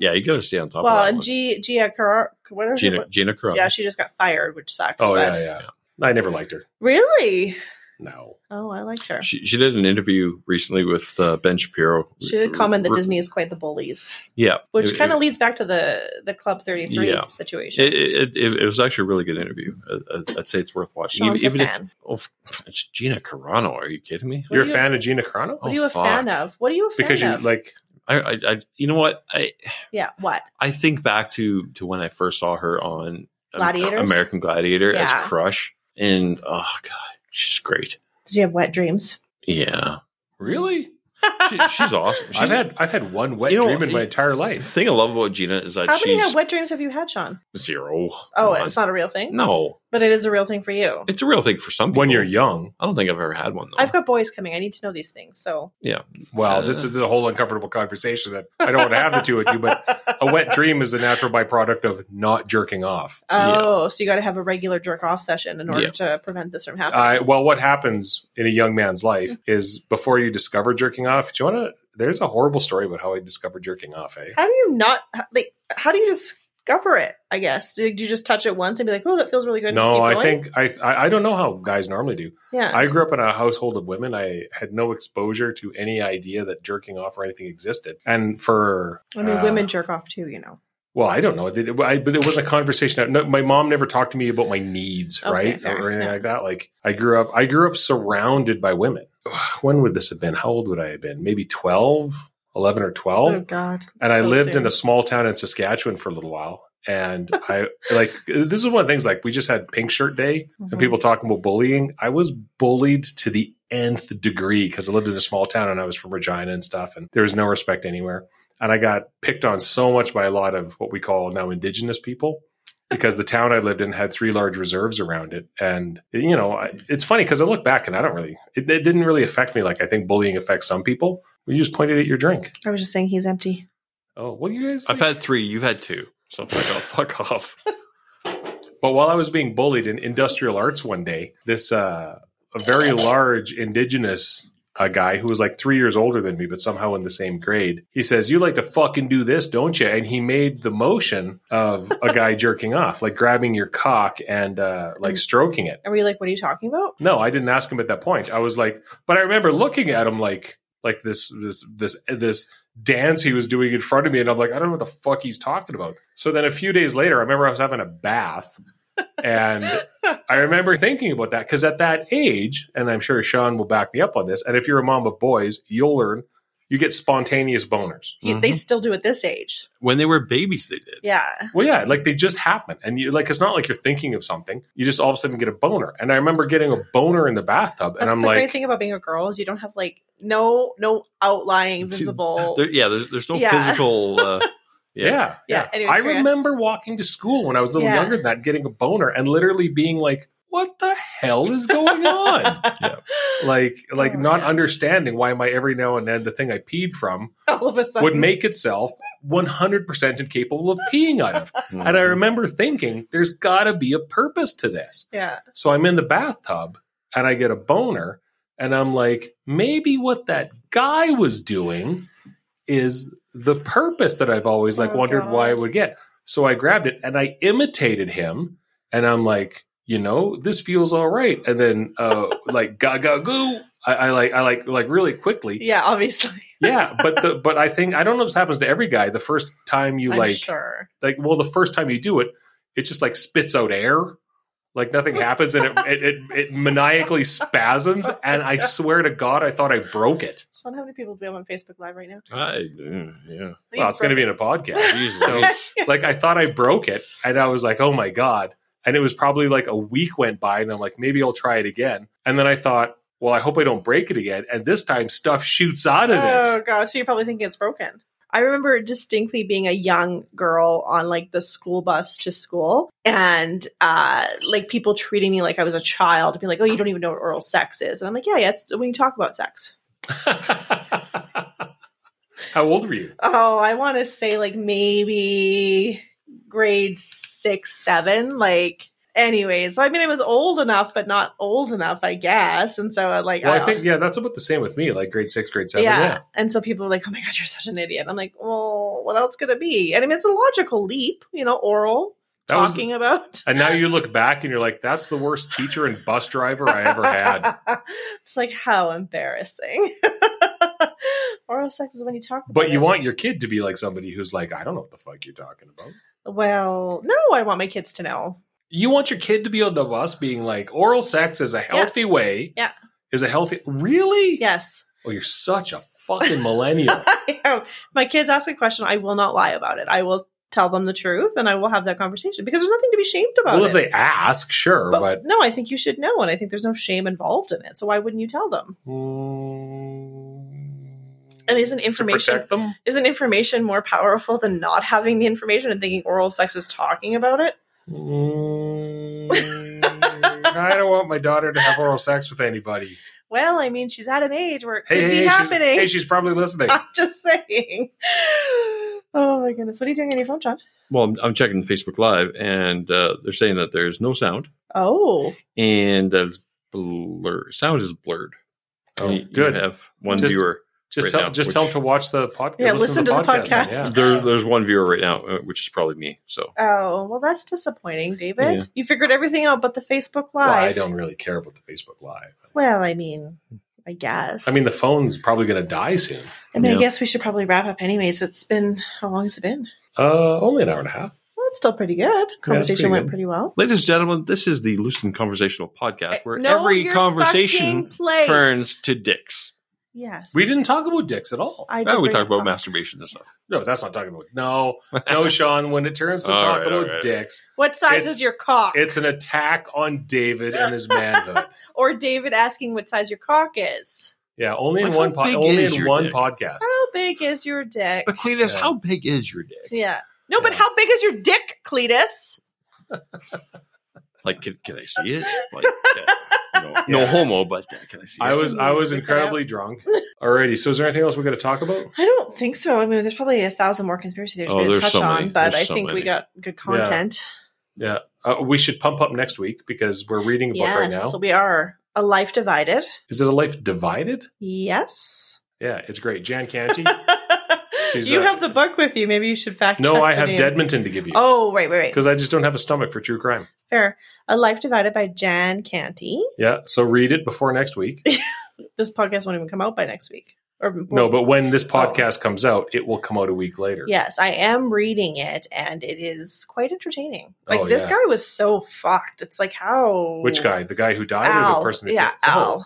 Yeah, you got to stay on top
well,
of that.
and
one.
G, Gia Car- what are
Gina, Gina Carano.
Yeah, she just got fired, which sucks.
oh
but-
yeah, yeah, I never liked her.
Really?
No,
Oh, I liked her.
she, she did an interview recently with uh, Ben Shapiro.
She did comment that
Re-
Disney is quite the bullies,
Yeah.
which
It-
kind
it-
of leads back to the the Club Thirty Three
Yeah.
situation.
It, it, it, it was actually a really good interview. I, I, I'd say it's worth watching.
Sean's a
if-
fan.
oh, f- it's Gina Carano. Are you kidding me?
What
you're a
do you-
fan of Gina Carano
what
oh,
are you a
fuck.
fan of? What are you a fan
because you
of?
like.
I, I, I, you know what? I,
yeah, what?
I think back to to when I first saw her on Am-
Gladiators?
American Gladiator as
Yeah.
Crush, and oh god, she's great.
Did you have wet dreams?
Yeah,
Really?
she, she's awesome. She's,
I've had I've had one wet
You know,
dream in my
it-
entire
the
life.
thing I love about Gina is that
How many
she's
have wet dreams have you had, Sean?
zero.
Oh,
Come on.
it's not a real thing,
no.
but it is a real thing for you.
It's a real thing for some people.
When you're young,
I don't think I've ever had one though.
I've got boys coming. I need to know these things. So
well,
Uh.
this is a whole uncomfortable conversation that I don't want to have the two with you. But a wet dream is a natural byproduct of not jerking off.
Oh, so you got to have a regular jerk off session in order
Yeah.
to prevent this from happening.
I, well, what happens in a young man's life is before you discover jerking off. Do you want to? There's a horrible story about how I discovered jerking off. Eh?
how do you not like? How do you discover it? I guess do you, do you just touch it once and be like, "Oh, that feels really good"? and just
No,
keep
I
going? Uh.
think I, I I don't know how guys normally do.
yeah.
I grew up in a household of women. I had no exposure to any idea that jerking off or anything existed. And for
I mean,
uh,
women jerk off too, you know.
Well, I don't know. It- it- I- but it was a conversation. No, my mom never talked to me about my needs,
Okay,
right,
fair,
or anything
yeah.
like that. Like I grew up, I grew up surrounded by women. When would this have been? How old would I have been? Maybe 12, 11 or twelve.
Oh, God!
Oh and I lived in a small town in Saskatchewan for a little while. And I like this is one of the things like we just had Pink Shirt Day
Mhm.
and people talking about bullying. I was bullied to the nth degree because I lived in a small town and I was from Regina and stuff, and there was no respect anywhere. And I got picked on so much by a lot of what we call now Indigenous people because the town I lived in had three large reserves around it. And you know, I, it's funny because I look back and I don't really it, it didn't really affect me like I think bullying affects some people. You just pointed at your drink.
Mm-hmm. I was just saying he's empty.
Oh, well, you guys.
I've had three. You've had two. So fuck off. Fuck off.
But while I was being bullied in industrial arts one day, this uh, a very large indigenous uh, guy who was like three years older than me, but somehow in the same grade, he says, "You like to fucking do this, don't you?" And he made the motion of a guy jerking off, like grabbing your cock and uh, like stroking it.
And were you like, "What are you talking about?"
No, I didn't ask him at that point. I was like, but I remember looking at him like like this this this this dance he was doing in front of me, and I'm like, I don't know what the fuck he's talking about. So then a few days later, I remember I was having a bath. and I remember thinking about that because at that age, and I'm sure Sean will back me up on this. And if you're a mom of boys, you'll learn you get spontaneous boners.
He- They still do at this age.
When they were babies, they did.
Yeah.
Well, yeah, like they just happen, and you like it's not like you're thinking of something. You just all of a sudden get a boner. And I remember getting a boner in the bathtub,
That's
and I'm
the
like,
great thing about being a girl is you don't have like no no outlying visible.
There, yeah, there's there's no
Yeah.
physical. Uh,
Yeah. Yeah.
Yeah, anyways,
I
Korea.
remember walking to school when I was a little
Yeah.
younger than that, getting a boner and literally being like, what the hell is going on? like, like
Oh,
not
yeah.
understanding why my every now and then the thing I peed from
All of a sudden,
would make itself 100% incapable of peeing out of. and I
Mm-hmm.
remember thinking, there's got to be a purpose to this.
yeah.
So I'm in the bathtub and I get a boner. And I'm like, maybe what that guy was doing is the purpose that I've always like
Oh,
wondered why I
God.
would get. So I grabbed it and I imitated him and I'm like, you know, this feels all right. And then uh like gaga goo. I, I like I like like really quickly.
Yeah, obviously.
Yeah, but the but I think I don't know if this happens to every guy. The first time you
I'm
like
sure.
like well the first time you do it it just like spits out air like nothing happens and it, it, it, it maniacally spasms and i swear to god i thought i broke it
Sean, how many people do we have on Facebook Live right now?
I, mm, yeah.
well it's going to be in a podcast
Jeez
So-
Louise.
like i thought i broke it and i was like oh my god and it was probably like a week went by and i'm like maybe i'll try it again and then i thought well i hope i don't break it again and this time stuff shoots out of
Oh
it
gosh, so you probably think it's broken. I remember distinctly being a young girl on like the school bus to school and uh like people treating me like I was a child, being like, Oh, you don't even know what oral sex is. And I'm like, Yeah, yeah, it's when you talk about sex.
how old were you
Oh, I wanna say like maybe grade six, seven, like anyways. So I mean I was old enough, but not old enough, I guess. And so like
well i
don't-
think yeah that's about the same with me like grade six grade seven
Um, yeah.
yeah.
And so people are like, oh my God, you're such an idiot. I'm like, well, what else could it be? And I mean, it's a logical leap, you know, oral,
That was-
talking about.
And now you look back and you're like, that's the worst teacher and bus driver I ever had.
it's like, how embarrassing. oral sex is when you talk about
But you
it.
want your kid to be like somebody who's like, I don't know what the fuck you're talking about.
Well, no, I want my kids to know.
You want your kid to be on the bus being like, oral sex is a healthy way.
Yeah.
Is a healthy. Really?
Yes.
Oh, you're such a fucking millennial.
I am. My kids ask a question, I will not lie about it. I will tell them the truth and I will have that conversation because there's nothing to be shamed about.
well, if
it.
they ask, sure,
but,
but.
no, I think you should know, and I think there's no shame involved in it. So why wouldn't you tell them? And isn't
mm, To
information
protect them?
isn't information more powerful than not having the information and thinking oral sex is talking about it?
Mm, I don't want my daughter to have oral sex with anybody.
Well, I mean, she's at an age where it could
Hey,
be
hey, hey, she's,
happening.
hey, she's probably listening.
I'm just saying. Oh my goodness, what are you doing on your phone, John?
Well, I'm, I'm checking Facebook Live, and uh, they're saying that there's no sound,
Oh,
and that it's blur. Sound is blurred.
Oh,
And you- you
good.
have one
Just-
viewer.
Just
right
tell
now,
just
which-
tell him to watch the podcast.
Yeah, listen to the podcast.
There, there's one viewer right now, uh, which is probably me. So
oh, well, that's disappointing, David.
Yeah.
You figured everything out but the Facebook Live.
Well, I don't really care about the Facebook Live.
Well, I mean, I guess.
I mean, the phone's probably going to die soon.
I mean, I
Yeah.
guess we should probably wrap up, anyways. It's been how long has it been?
Uh, only an hour and a half.
Well, it's still pretty good. Conversation
pretty
went
good.
pretty well.
Ladies and gentlemen, this is the Loosened Conversational Podcast, where
Know
every
your
conversation
fucking place.
turns to dicks.
Yes,
We didn't talk about dicks at all.
I
Oh, we
bring
talk about
up-
masturbation and stuff.
No, that's not talking about. No, no, Sean. When it turns to
All
talk
right, all
about
right.
dicks,
What size
It's-
is your cock?
it's an attack on David and his manhood.
or David asking what size your cock is.
Yeah, only in
Like,
one
how
po-
big
only
is
in
your
one
dick?
podcast.
How big is your dick?
But Cletus,
Yeah.
how big is your dick?
Yeah. No, but
Yeah.
how big is your dick, Cletus?
Like, can, can I see it? Like, uh, no, no
Yeah.
homo, but uh, can I see
I
it?
was I was incredibly drunk. Alrighty, so is there anything else we got to talk about?
I don't think so. I mean, there's probably a thousand more conspiracy theories
Oh,
we could
there's
touch
so many.
on, but
There's
I
so
think we
many.
got good content.
Yeah, uh, we should pump up next week because we're reading a book right
Yes,
now.
so we are a life divided.
Is it a life divided?
Yes.
Yeah, it's great. Jan Canty. She's
you
a-
have the book with you. Maybe you should fact check.
no, I
the
have
name.
Deadmonton to give you.
Oh, right, right, right.
because I just don't have a stomach for true crime.
Fair. A Life Divided by Jan Canty.
Yeah, so read it before next week.
This podcast won't even come out by next week. Or
No, but when
Oh.
this podcast comes out, it will come out a week later.
Yes, I am reading it, and it is quite entertaining. Like
Oh,
this
yeah.
guy was so fucked. It's like how
Which guy? The guy who died or
Al.
the person who
yeah,
killed-
Al.
Oh,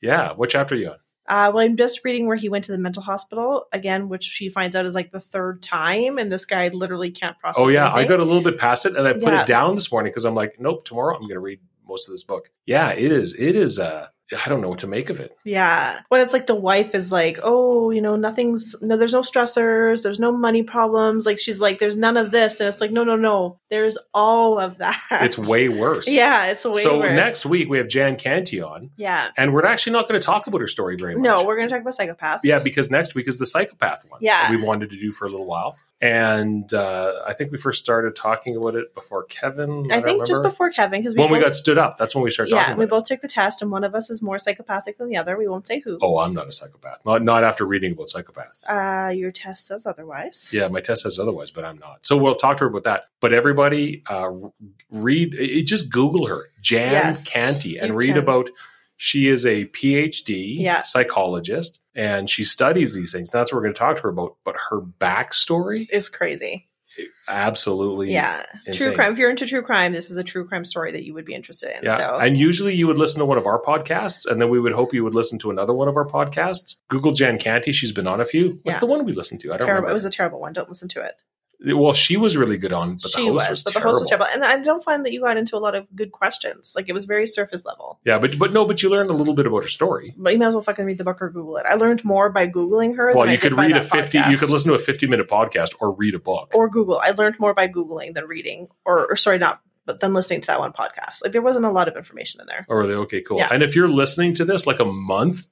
yeah. What chapter are you on?
Uh, well, I'm just reading where he went to the mental hospital again, which she finds out is like the third time, and this guy literally can't process.
Oh yeah, I
anything.
got a little bit past it and I put
Yeah.
it down this morning because I'm like, nope, tomorrow I'm going to read most of this book. Yeah, it is. It is. Uh, I don't know what to make of it.
Yeah, when it's like the wife is like, oh, you know, nothing's no, there's no stressors, there's no money problems. Like she's like, there's none of this, and it's like, no, no, no, there's all of that.
It's way worse.
yeah, it's way
so
worse.
next week we have Jan Canty on,
yeah,
and we're actually not going to talk about her story very much.
no, we're gonna talk about psychopaths.
Yeah, because next week is the psychopath one.
Yeah.
that we've wanted to do for a little while, And uh, I think we first started talking about it before Kevin.
I
don't
think just
remember.
before Kevin, because
when we got stood up. That's when we started talking.
yeah,
about
we
it.
both took the test, and one of us is more psychopathic than the other. We won't say who.
Oh, I'm not a psychopath. Not not after reading about psychopaths.
Uh, your test says otherwise.
Yeah, my test says otherwise, but I'm not. So we'll talk to her about that. But everybody, uh, read. eh, Just Google her, Jan
Yes,
Canty, and
you
read
can.
about. She is a PhD
Yeah.
psychologist, and she studies these things. That's what we're going to talk to her about. But her backstory,
It's crazy.
absolutely,
Yeah.
insane.
True crime. If you're into true crime, this is a true crime story that you would be interested in.
Yeah.
So
And usually you would listen to one of our podcasts, and then we would hope you would listen to another one of our podcasts. Google Jan Canty. She's been on a few. What's
Yeah.
the one we listened to? I don't
terrible.
remember.
It was a terrible one. Don't listen to it.
well, she was really good on, but the
she
host
was,
was,
but the
terrible.
host was terrible. And I don't find that you got into a lot of good questions. Like it was very surface level.
Yeah, but but no, but you learned a little bit about her story.
But you might as well fucking read the book or Google it. I learned more by Googling her.
Well,
than I
you could
by
read a
that
fifty. You
podcast.
could listen to a fifty-minute podcast or read a book.
or Google. I learned more by Googling than reading, or, or sorry, not, but than listening to that one podcast. Like there wasn't a lot of information in there.
Oh, really? Okay, cool.
Yeah.
And if you're listening to this like a month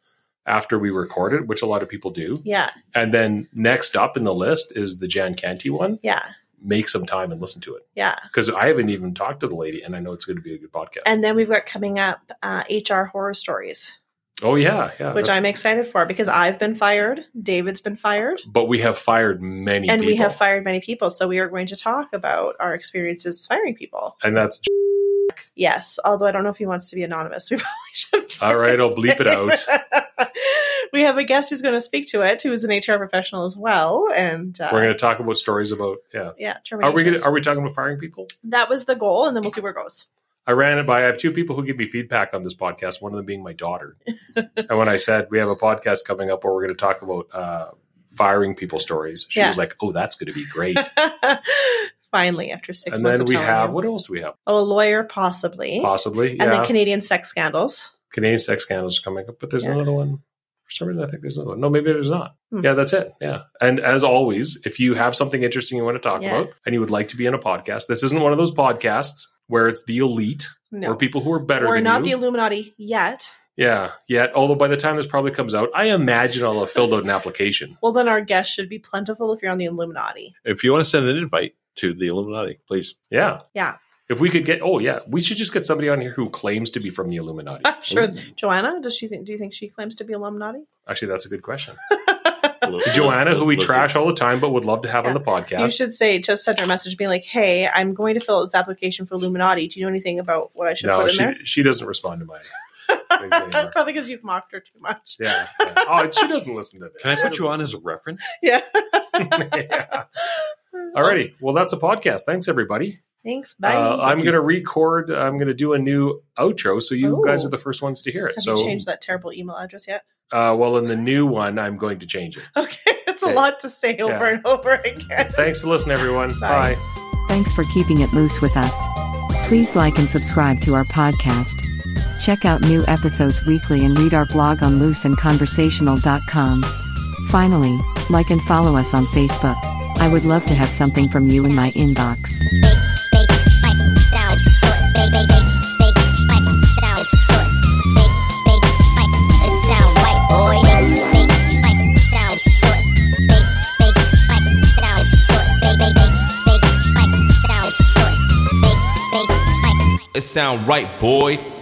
after we record it, which a lot of people do,
Yeah,
and then next up in the list is the Jan Canty one,
yeah,
make some time and listen to it
yeah.
because I haven't even talked to the lady, and I know it's going to be a good podcast.
And then we've got coming up uh, HR horror stories,
oh yeah, yeah.
which
that's-
I'm excited for because I've been fired, David's been fired,
But we have fired many,
and we
people,
have fired many people. So we are going to talk about our experiences firing people.
and that's
Yes, although I don't know if he wants to be anonymous. We probably should. say
All right, I'll
his
bleep it
name.
out.
we have a guest who's going to speak to it, who is an HR professional as well, and uh,
we're going to talk about stories about yeah.
yeah,
Are we gonna,
terminations.
are we talking about firing people?
that was the goal, and then we'll see where it goes.
I ran it by. I have two people who give me feedback on this podcast. One of them being my daughter. and when I said we have a podcast coming up where we're going to talk about uh, firing people stories, she
Yeah.
was like, "Oh, that's going to be great."
Finally, after six
and
months,
then
of
we
telling
have
you.
what else do we have?
oh, a lawyer possibly,
Possibly,
and
yeah.
then Canadian sex scandals.
Canadian sex scandals are coming up, but there's
Yeah.
another one. For some reason, I think there's another one. No, maybe there's not.
Hmm.
Yeah, that's it. Yeah. And as always, if you have something interesting you want to talk
Yeah.
about and you would like to be on a podcast, this isn't one of those podcasts where it's the elite
No,
or people who are better
we're
than
not
you.
the Illuminati yet.
Yeah, yet although by the time this probably comes out, I imagine I'll have filled out an application.
Well, then our guest should be plentiful if you're on the Illuminati.
If you want to send an invite to the Illuminati, please.
Yeah.
Yeah.
If we could get oh yeah, we should just get somebody on here who claims to be from the Illuminati.
I'm sure Joanna. Does she think? Do you think she claims to be Illuminati?
Actually, that's a good question. Joanna, who we
Listen.
trash all the time but would love to have on the
You
podcast.
should say just send her a message, being like, "Hey, I'm going to fill out this application for Illuminati. Do you know anything about what I should
No,
put in
she
there?"
she doesn't respond to my things anymore.
Probably because you've mocked her too much.
Yeah. yeah. Oh, she doesn't listen to this.
Can I put you on as a reference?
Yeah.
yeah. Alrighty. Well, that's a podcast. Thanks everybody.
Thanks. Bye.
Uh, I'm gonna record. I'm gonna do a new outro, so you
Ooh.
guys are the first ones to hear it.
Have
so
you changed that terrible email address yet?
Uh, well, in the new one, I'm going to change it.
Okay, it's a
Yeah.
lot to say over
Yeah.
and over again.
Thanks for listening, everyone. Bye.
Bye.
Thanks for keeping it loose with us. Please like and subscribe to our podcast. Check out new episodes weekly and read our blog on looseandconversational.com. Finally, like and follow us on Facebook. I would love to have something from you in my inbox.
It sound right, boy.